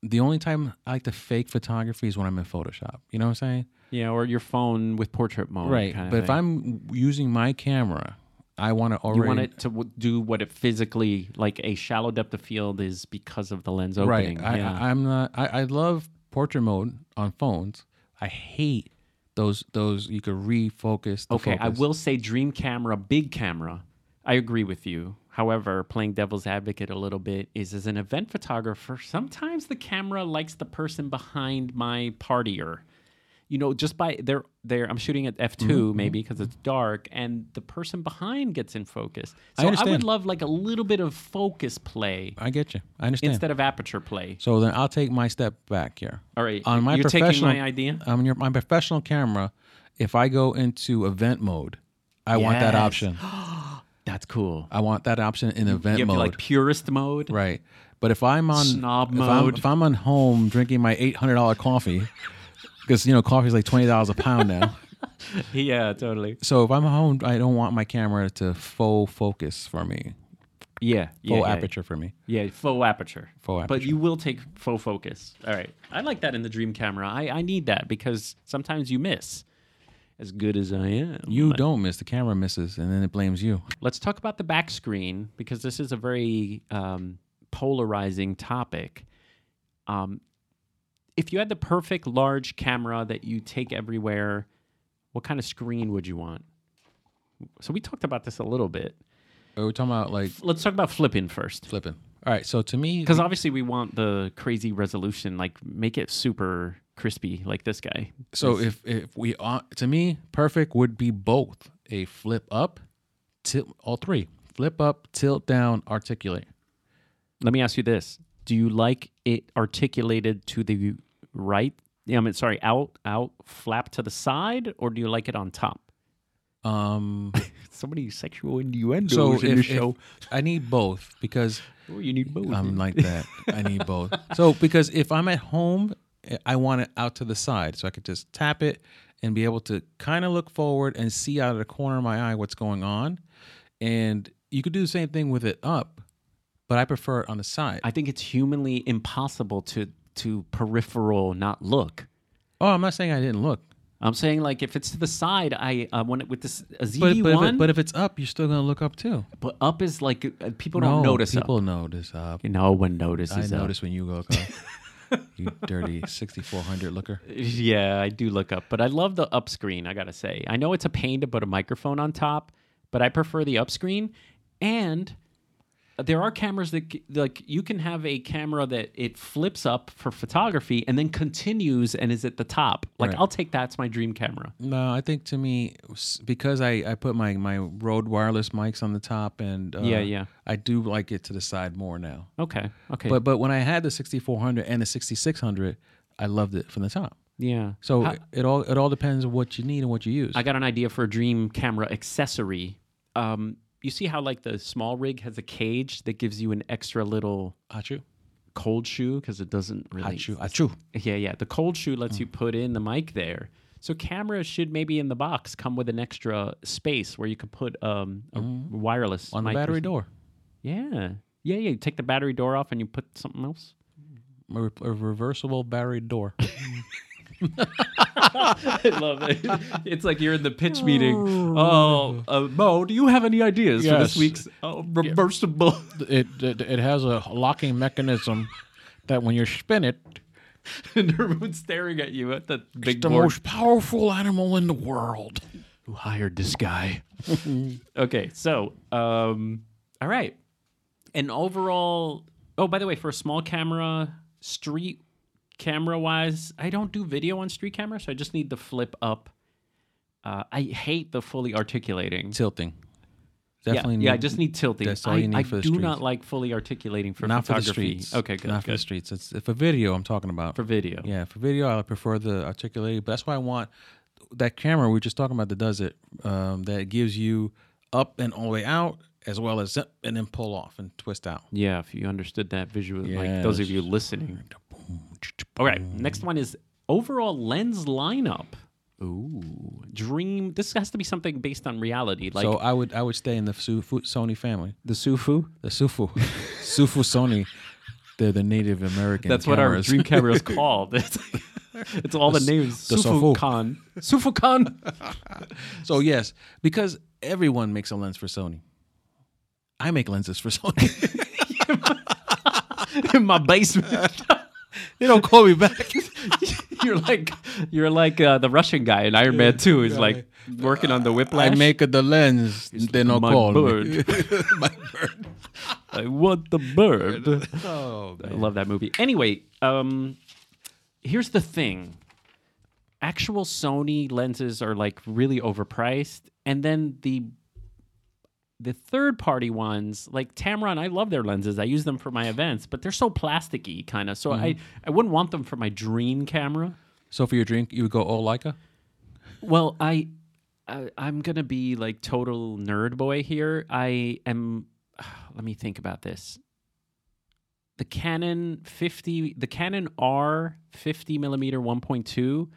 Speaker 2: the only time I like to fake photography is when I'm in Photoshop. You know what I'm saying?
Speaker 1: Yeah, or your phone with portrait mode. Oh, kinda
Speaker 2: But if
Speaker 1: thing.
Speaker 2: I'm using my camera, I want to already
Speaker 1: You want it to w- do what it physically, like a shallow depth of field, is because of the lens opening.
Speaker 2: Right. I,
Speaker 1: yeah.
Speaker 2: I, I'm not. I, I love portrait mode on phones. I hate those. Those you could refocus. The
Speaker 1: okay. I
Speaker 2: focus.
Speaker 1: will say, dream camera, big camera. I agree with you. However, playing devil's advocate a little bit is as an event photographer, sometimes the camera likes the person behind my partier. You know, just by they're there, I'm shooting at f2
Speaker 2: Mm-hmm,
Speaker 1: maybe because it's dark, and the person behind gets in focus. So
Speaker 2: I
Speaker 1: I,
Speaker 2: understand.
Speaker 1: would love like a little bit of focus play
Speaker 2: I get you. I understand.
Speaker 1: instead of aperture play.
Speaker 2: so then I'll take my step back here.
Speaker 1: All right,
Speaker 2: On my
Speaker 1: you're taking
Speaker 2: professional,
Speaker 1: my idea?
Speaker 2: On um, your my professional camera, if I go into event mode, I want that
Speaker 1: Yes.
Speaker 2: option.
Speaker 1: That's cool.
Speaker 2: I want that option in event
Speaker 1: You have
Speaker 2: mode.
Speaker 1: like purist mode.
Speaker 2: Right. But if I'm on
Speaker 1: Snob
Speaker 2: if I'm,
Speaker 1: mode.
Speaker 2: if I'm on home drinking my eight hundred dollar coffee, because you know coffee's like twenty dollars a pound now.
Speaker 1: Yeah, totally.
Speaker 2: so if I'm home, I don't want my camera to faux focus for me,
Speaker 1: Yeah, yeah,
Speaker 2: faux
Speaker 1: yeah,
Speaker 2: aperture for me.
Speaker 1: Yeah, faux aperture.
Speaker 2: Faux
Speaker 1: But
Speaker 2: aperture.
Speaker 1: you will take faux focus. All right. I like that in the dream camera. I, I need that because sometimes you miss. As good as I am.
Speaker 2: You don't miss. The camera misses, and then it blames you.
Speaker 1: Let's talk about the back screen because this is a very um, polarizing topic. Um, if you had the perfect large camera that you take everywhere, what kind of screen would you want? So we talked about this a little bit.
Speaker 2: But we're talking about like
Speaker 1: Let's talk about flipping first.
Speaker 2: flipping. All right. So to me,
Speaker 1: Because obviously we want the crazy resolution, like make it super crispy, like this guy.
Speaker 2: so if if we are to me, perfect would be both a flip up, tilt all three. Flip up, tilt down, articulate.
Speaker 1: Let me ask you this: Do you like it articulated to the right? Yeah, I mean, sorry, out, out, flap to the side, or do you like it on top?
Speaker 2: Um,
Speaker 1: So many sexual innuendos
Speaker 2: so
Speaker 1: in the
Speaker 2: if, if
Speaker 1: show.
Speaker 2: I need both because
Speaker 1: oh, you need both.
Speaker 2: I'm like that. I need both. So because if I'm at home, eh, I want it out to the side so I could just tap it and be able to kind of look forward and see out of the corner of my eye what's going on. And you could do the same thing with it up, but I prefer it on the side.
Speaker 1: I think it's humanly impossible to to peripheral not look.
Speaker 2: oh, I'm not saying I didn't look.
Speaker 1: I'm saying like if it's to the side, I uh, when it, with this a
Speaker 2: But,
Speaker 1: ZV
Speaker 2: but, if
Speaker 1: one,
Speaker 2: it, but if it's up, you're still going to look up too.
Speaker 1: but up is like uh, people don't
Speaker 2: No,
Speaker 1: notice.
Speaker 2: People
Speaker 1: up.
Speaker 2: notice up.
Speaker 1: No one
Speaker 2: I
Speaker 1: notices. up.
Speaker 2: notice when you look up. you dirty 6400 looker.
Speaker 1: Yeah, I do look up, but I love the up screen, I gotta say. I know it's a pain to put a microphone on top, but I prefer the up screen. And there are cameras that, c- like, you can have a camera that it flips up for photography and then continues and is at the top. Like,
Speaker 2: Right.
Speaker 1: I'll take that's my dream camera.
Speaker 2: No, I think to me s- because I, I put my, my Rode wireless mics on the top and uh,
Speaker 1: Yeah, yeah.
Speaker 2: I do like it to the side more now.
Speaker 1: Okay, okay.
Speaker 2: But but when I had the 6400 and the 6600, I loved it from the top.
Speaker 1: yeah.
Speaker 2: So
Speaker 1: How-
Speaker 2: it, it all it all depends on what you need and what you use.
Speaker 1: I got an idea for a dream camera accessory. Um, you see how, like, the small rig has a cage that gives you an extra little
Speaker 2: Achu,
Speaker 1: cold shoe because it doesn't really.
Speaker 2: achu, achu.
Speaker 1: Yeah, yeah. The cold shoe lets
Speaker 2: Mm.
Speaker 1: you put in the mic there. So cameras should maybe in the box come with an extra space where you could put um, a wireless
Speaker 2: Mm-hmm. On the
Speaker 1: mic or
Speaker 2: battery
Speaker 1: something.
Speaker 2: door,
Speaker 1: Yeah, yeah, yeah. You take the battery door off and you put something else.
Speaker 2: a, re- a reversible battery door.
Speaker 1: I love it. It's like you're in the pitch meeting. Oh, uh, Mo, do you have any ideas for
Speaker 3: Yes.
Speaker 1: this week's uh, reversible?
Speaker 3: it, it it has a locking mechanism that when you spin it,
Speaker 1: and everyone's staring at you at the big
Speaker 3: it's the
Speaker 1: board.
Speaker 3: most powerful animal in the world.
Speaker 1: Who hired this guy? okay, so um, all right, and overall, oh by the way, for a small camera, street camera wise, I don't do video on street camera, so I just need the flip up. Uh, I hate the fully articulating.
Speaker 2: Tilting,
Speaker 1: Yeah,
Speaker 2: definitely.
Speaker 1: yeah, I
Speaker 2: need-
Speaker 1: just need tilting.
Speaker 2: that's all
Speaker 1: I,
Speaker 2: you need
Speaker 1: I
Speaker 2: for the
Speaker 1: do
Speaker 2: streets.
Speaker 1: not like fully articulating for
Speaker 2: not for the
Speaker 1: photography.
Speaker 2: streets.
Speaker 1: Okay, good.
Speaker 2: Not for
Speaker 1: good.
Speaker 2: the streets. It's for video. I'm talking about
Speaker 1: For video.
Speaker 2: Yeah, for video, I prefer the articulated, but that's why I want that camera we were just talking about that does it, um, that gives you up and all the way out, as well as zip and then pull off and twist out.
Speaker 1: Yeah, if you understood that visually, like those of
Speaker 2: Yes.
Speaker 1: you listening. All right, next one is overall lens lineup. Ooh, dream. This has to be something based on reality, like
Speaker 2: so I would I would stay in the Sufu, Sony family,
Speaker 1: the Sufu.
Speaker 2: the Sufu, Sufu Sony. They're the Native American.
Speaker 1: That's what our
Speaker 2: cameras.
Speaker 1: dream camera is called. It's, it's all the, names.
Speaker 2: the
Speaker 1: Sufu
Speaker 2: Sufu.
Speaker 1: Khan. Sufu Khan.
Speaker 2: So yes, because everyone makes a lens for Sony. I make lenses for Sony.
Speaker 1: In my basement,
Speaker 2: they don't call me back.
Speaker 1: you're like you're like uh, the Russian guy in Iron Man Two. He's like, working on the whiplash.
Speaker 2: I make it the lens, they no
Speaker 1: my
Speaker 2: call me.
Speaker 1: bird. I want the bird.
Speaker 2: Oh,
Speaker 1: I love that movie. Anyway, um, here's the thing: actual Sony lenses are like really overpriced, and then the the third party ones, like Tamron, I love their lenses. I use them for my events, but they're so plasticky, kind of. So I I wouldn't want them for my dream camera.
Speaker 2: So for your drink, you would go all Leica.
Speaker 1: Well, I, I I'm gonna be like total nerd boy here. I am. Let me think about this. The Canon 50, the Canon R 50 millimeter 1.2,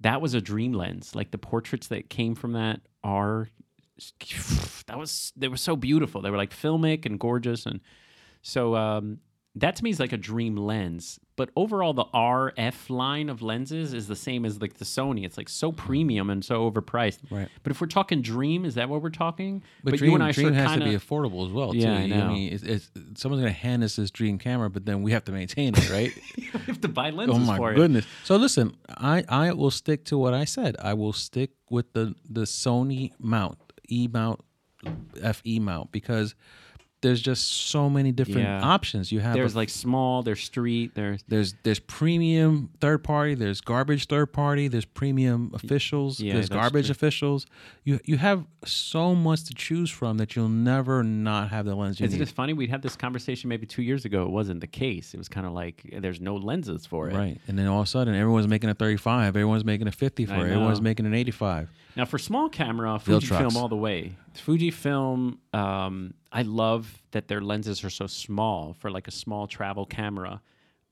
Speaker 1: that was a dream lens. Like the portraits that came from that R, that was they were so beautiful. They were like filmic and gorgeous, and so um, that to me is like a dream lens. But overall, the RF line of lenses is the same as like the Sony. It's like so premium and so overpriced.
Speaker 2: Right.
Speaker 1: But if we're talking dream, is that what we're talking?
Speaker 2: But, dream, dream has to be affordable as well. too.
Speaker 1: Yeah, I
Speaker 2: You
Speaker 1: know.
Speaker 2: mean, it's, it's, someone's gonna hand us this dream camera, but then we have to maintain it, right?
Speaker 1: you have to buy lenses
Speaker 2: oh my
Speaker 1: for it.
Speaker 2: goodness! So listen, I I will stick to what I said. I will stick with the the Sony mount, E mount, F E mount, because there's just so many different
Speaker 1: Yeah.
Speaker 2: options. You have
Speaker 1: There's
Speaker 2: a-
Speaker 1: like small, there's street, there's
Speaker 2: There's there's premium third party, there's garbage third party, there's premium officials,
Speaker 1: yeah,
Speaker 2: there's
Speaker 1: that's
Speaker 2: garbage
Speaker 1: true.
Speaker 2: officials. You you have so much to choose from that you'll never not have the lens you
Speaker 1: Isn't
Speaker 2: need.
Speaker 1: it funny? We had this conversation maybe two years ago. It wasn't the case. It was kind of like there's no lenses for it.
Speaker 2: Right. And then all of a sudden everyone's making a 35, everyone's making a 50 for
Speaker 1: I
Speaker 2: it, everyone's
Speaker 1: know.
Speaker 2: making an 85.
Speaker 1: Now for small camera,
Speaker 2: Field
Speaker 1: Fujifilm
Speaker 2: trucks.
Speaker 1: all the way. Fujifilm, um, I love that their lenses are so small for like a small travel camera.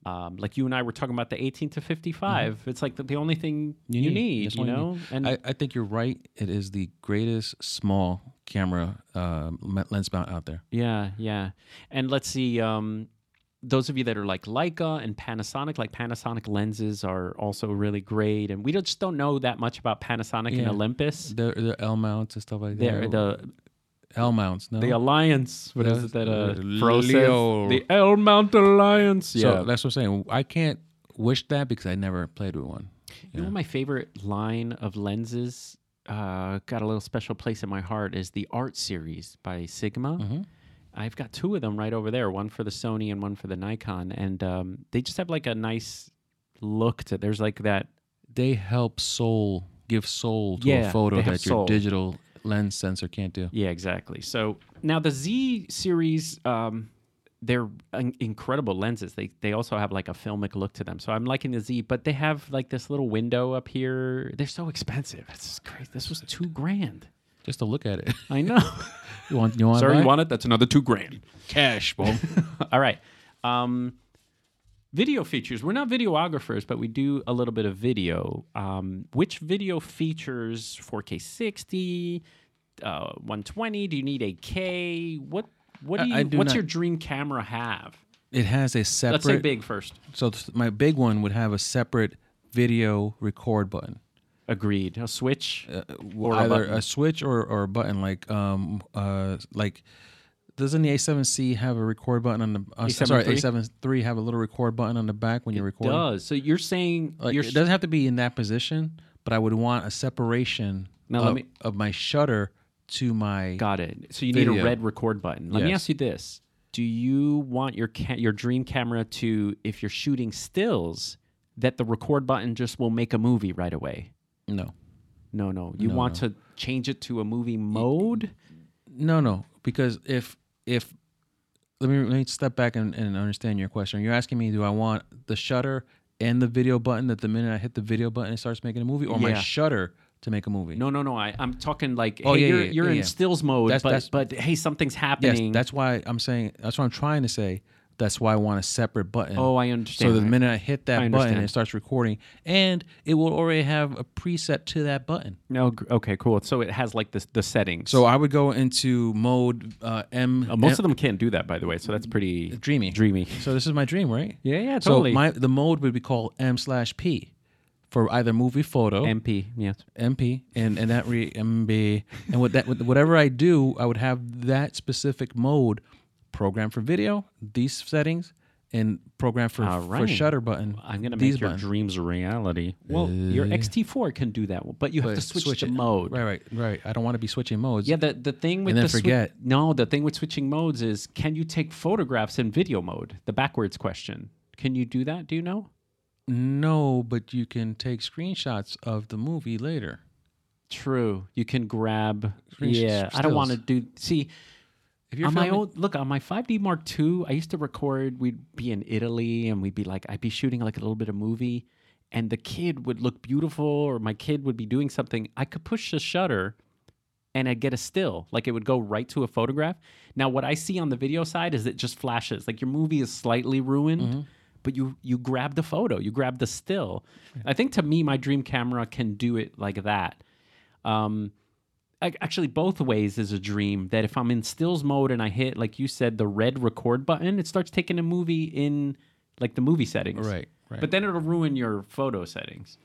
Speaker 1: Um, like you and I were talking about the 18 to 55. It's like the, the only thing you,
Speaker 2: need.
Speaker 1: need,
Speaker 2: That's
Speaker 1: you
Speaker 2: all Mm-hmm. you
Speaker 1: know. And
Speaker 2: I, I think you're right. It is the greatest small camera uh, me- lens mount out there.
Speaker 1: Yeah, yeah. And let's see, um, those of you that are like Leica and Panasonic, like Panasonic lenses are also really great. And we don't- just don't know that much about Panasonic and
Speaker 2: Yeah.
Speaker 1: Olympus.
Speaker 2: The, the L mounts and stuff like
Speaker 1: They're
Speaker 2: that.
Speaker 1: the
Speaker 2: L mounts, no.
Speaker 1: the alliance. What is
Speaker 2: Those-
Speaker 1: it that uh,
Speaker 2: uh,
Speaker 1: Fro says?
Speaker 2: Leo.
Speaker 1: The L Mount Alliance.
Speaker 2: so
Speaker 1: Yeah.
Speaker 2: that's what I'm saying. I can't wish that because I never played with one.
Speaker 1: You know, my favorite line of lenses uh, got a little special place in my heart is the Art series by Sigma. I've got two of them right over there, one for the Sony and one for the Nikon, and um, they just have like a nice look to. There's like that.
Speaker 2: they help soul give soul to
Speaker 1: Yeah,
Speaker 2: a photo
Speaker 1: they have
Speaker 2: that
Speaker 1: soul.
Speaker 2: your digital lens sensor can't do.
Speaker 1: Yeah, exactly. So now the Z series, um, they're in- incredible lenses. They they also have like a filmic look to them. So I'm liking the Z, but they have like this little window up here. They're so expensive. It's crazy. This was two grand.
Speaker 2: Just to look at it.
Speaker 1: I know.
Speaker 2: you want you want
Speaker 1: Sorry, you
Speaker 2: that?
Speaker 1: want it? That's another two grand.
Speaker 3: Cash, boom.
Speaker 1: All right. Um, video features. We're not videographers, but we do a little bit of video. Um, which video features 4K 60, uh, 120? Do you need 8K? What What do you?
Speaker 2: I- I do
Speaker 1: what's
Speaker 2: not-
Speaker 1: your dream camera have?
Speaker 2: It has a separate
Speaker 1: Let's say big first.
Speaker 2: so th- my big one would have a separate video record button.
Speaker 1: Agreed. A switch.
Speaker 2: Uh, Well,
Speaker 1: a
Speaker 2: either
Speaker 1: button.
Speaker 2: a, switch or, or a button like um uh like doesn't the A7C have a record button on the uh,
Speaker 1: A7
Speaker 2: sorry
Speaker 1: III?
Speaker 2: A7 III have a little record button on the back when you're recording?
Speaker 1: Does so? You're saying
Speaker 2: Like,
Speaker 1: you're
Speaker 2: it doesn't have to be in that position, but I would want a separation
Speaker 1: Now
Speaker 2: of,
Speaker 1: let me-
Speaker 2: of my shutter to my.
Speaker 1: Got it. So you need a
Speaker 2: Video.
Speaker 1: red record button. Let me
Speaker 2: Yes.
Speaker 1: ask you this: Do you want your ca- your dream camera to, if you're shooting stills, that the record button just will make a movie right away?
Speaker 2: No,
Speaker 1: No, no. You want to change it to a movie mode.
Speaker 2: no, no. Because if if let me let me step back and, and understand your question. You're asking me, do I want the shutter and the video button that the minute I hit the video button it starts making a movie, or my
Speaker 1: Yeah.
Speaker 2: shutter to make a movie?
Speaker 1: No, no, no. I, I'm talking like,
Speaker 2: Oh,
Speaker 1: hey,
Speaker 2: yeah,
Speaker 1: you're,
Speaker 2: yeah,
Speaker 1: you're
Speaker 2: yeah,
Speaker 1: in
Speaker 2: yeah.
Speaker 1: stills mode,
Speaker 2: That's-
Speaker 1: but
Speaker 2: that's-
Speaker 1: but hey, something's
Speaker 2: Yes,
Speaker 1: happening.
Speaker 2: that's why I'm saying. That's what I'm trying to say. That's why I want a separate button.
Speaker 1: oh, I
Speaker 2: So
Speaker 1: understand.
Speaker 2: the minute I hit that
Speaker 1: I
Speaker 2: button,
Speaker 1: understand.
Speaker 2: it starts recording, and it will already have a preset to that button.
Speaker 1: no, gr- okay, cool. So it has like the the settings.
Speaker 2: So I would go into mode uh, M.
Speaker 1: Uh, most of them can't do that, by the way. So that's pretty
Speaker 2: dreamy.
Speaker 1: dreamy.
Speaker 2: So this is my dream, right?
Speaker 1: Yeah, yeah, totally.
Speaker 2: Mm. So my the mode would be called M slash P, for either movie photo
Speaker 1: MP, yes.
Speaker 2: MP and and that re MB and what that with whatever I do, I would have that specific mode programmed for video, these settings, and programmed for,
Speaker 1: All
Speaker 2: for
Speaker 1: right.
Speaker 2: shutter button.
Speaker 1: I'm gonna
Speaker 2: These
Speaker 1: make your
Speaker 2: buttons.
Speaker 1: dreams a reality. Well, your XT4 can do that, but you have to switch, the
Speaker 2: it.
Speaker 1: mode.
Speaker 2: Right, right, right. I don't want to be switching modes.
Speaker 1: Yeah, the, the thing with
Speaker 2: then
Speaker 1: the swi-
Speaker 2: forget.
Speaker 1: no, the thing with switching modes is can you take photographs in video mode? The backwards question. Can you do that? Do you know?
Speaker 2: No, but you can take screenshots of the movie later.
Speaker 1: True. You can grab.
Speaker 2: Screen sh-
Speaker 1: yeah, I don't want to do. See,
Speaker 2: If you're
Speaker 1: on my own,
Speaker 2: filming-
Speaker 1: look on my 5D Mark II. I used to record. We'd be in Italy, and we'd be like, I'd be shooting like a little bit of movie, and the kid would look beautiful, or my kid would be doing something. I could push the shutter, and I'd get a still. Like it would go right to a photograph. Now, what I see on the video side is it just flashes. Like your movie is slightly ruined. But you you grab the photo, you grab the still. I think to me, my dream camera can do it like that. Um, ac- actually both ways is a dream that if I'm in stills mode and I hit like you said the red record button, it starts taking a movie in like the movie settings.
Speaker 2: Right, right.
Speaker 1: But then it'll ruin your photo settings.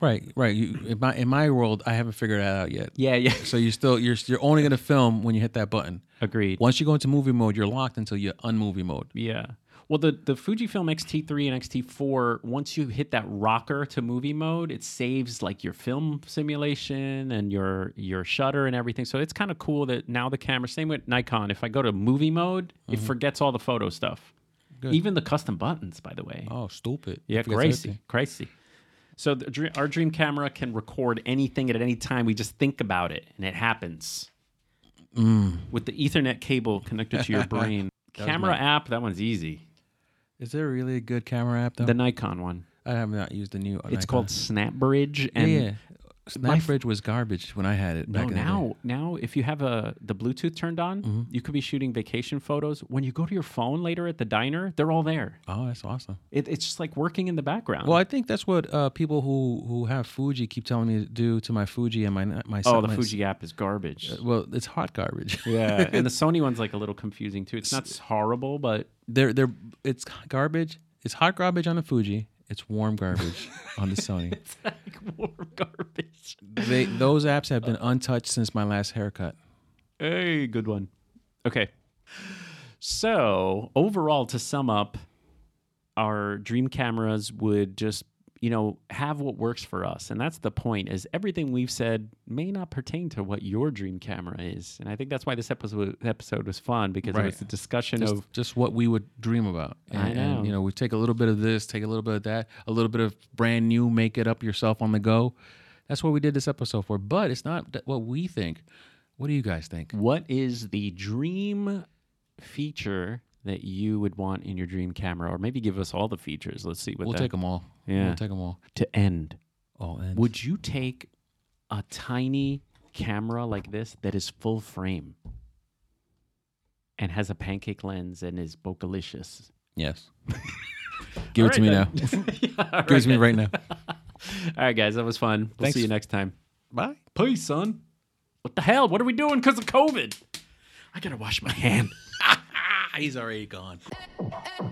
Speaker 2: right, right. You, in my in my world, I haven't figured that out yet.
Speaker 1: Yeah, yeah.
Speaker 2: So you still you're you're only gonna film when you hit that button.
Speaker 1: Agreed.
Speaker 2: Once you go into movie mode, you're locked until you unmovie mode.
Speaker 1: Yeah. Well, the the Fujifilm X-T3 and X-T4, once you hit that rocker to movie mode, it saves like your film simulation and your your shutter and everything. So it's kind of cool that now the camera, same with Nikon, if I go to movie mode, it forgets all the photo stuff, even the custom buttons, by the way.
Speaker 2: Oh, stupid!
Speaker 1: Yeah,
Speaker 2: Forgets
Speaker 1: crazy,
Speaker 2: everything.
Speaker 1: crazy. So the, dre- our dream camera can record anything at any time. We just think about it, and it happens.
Speaker 2: Mm.
Speaker 1: With the Ethernet cable connected to your brain, camera app that one's easy.
Speaker 2: Is there really a good camera app though?
Speaker 1: The Nikon one.
Speaker 2: I have not used the new.
Speaker 1: It's called SnapBridge,
Speaker 2: Yeah,
Speaker 1: and
Speaker 2: yeah.
Speaker 1: my f-
Speaker 2: Snapbridge was garbage when I had it.
Speaker 1: no,
Speaker 2: back in the day. Mm-hmm.
Speaker 1: now now if you have a the Bluetooth turned on, you could be shooting vacation photos. When you go to your phone later at the diner, they're all there.
Speaker 2: Oh, that's awesome.
Speaker 1: It, it's just like working in the background.
Speaker 2: Well, I think that's what uh, people who who have Fuji keep telling me to do to my Fuji and my my.
Speaker 1: Oh, the
Speaker 2: my- Uh,
Speaker 1: Fuji app is garbage.
Speaker 2: Well, it's hot garbage.
Speaker 1: Yeah, and the Sony one's like a little confusing too. It's not horrible, but
Speaker 2: they're they're it's garbage. It's hot garbage on the Fuji. It's warm garbage on the Sony.
Speaker 1: it's like warm garbage.
Speaker 2: They those apps have been untouched since my last haircut.
Speaker 1: Hey, good one. Okay. So, overall, to sum up, our dream cameras would just, you know, have what works for us. And that's the point is everything we've said may not pertain to what your dream camera is. And I think that's why this episode episode was fun because
Speaker 2: Right.
Speaker 1: it was a discussion
Speaker 2: Just,
Speaker 1: of
Speaker 2: just what we would dream about. And,
Speaker 1: I know.
Speaker 2: and you know, we take a little bit of this, take a little bit of that, a little bit of brand new, make it up yourself on the go. That's what we did this episode for. But it's not th- what we think. What do you guys think?
Speaker 1: What is the dream feature that you would want in your dream camera? Or maybe give us all the features. Let's see what
Speaker 2: We'll
Speaker 1: that-
Speaker 2: take them all.
Speaker 1: Yeah.
Speaker 2: We'll take them all.
Speaker 1: to end.
Speaker 2: All in.
Speaker 1: Would you take a tiny camera like this that is full frame and has a pancake lens and is bocalicious?
Speaker 2: yes. Give it to me now. Give it to me right now.
Speaker 1: All right, guys, that was fun. We'll see you next time.
Speaker 2: Bye.
Speaker 1: Peace, son. What the hell? What are we doing because of COVID? I gotta wash my hand.
Speaker 2: He's already gone.
Speaker 4: Hey,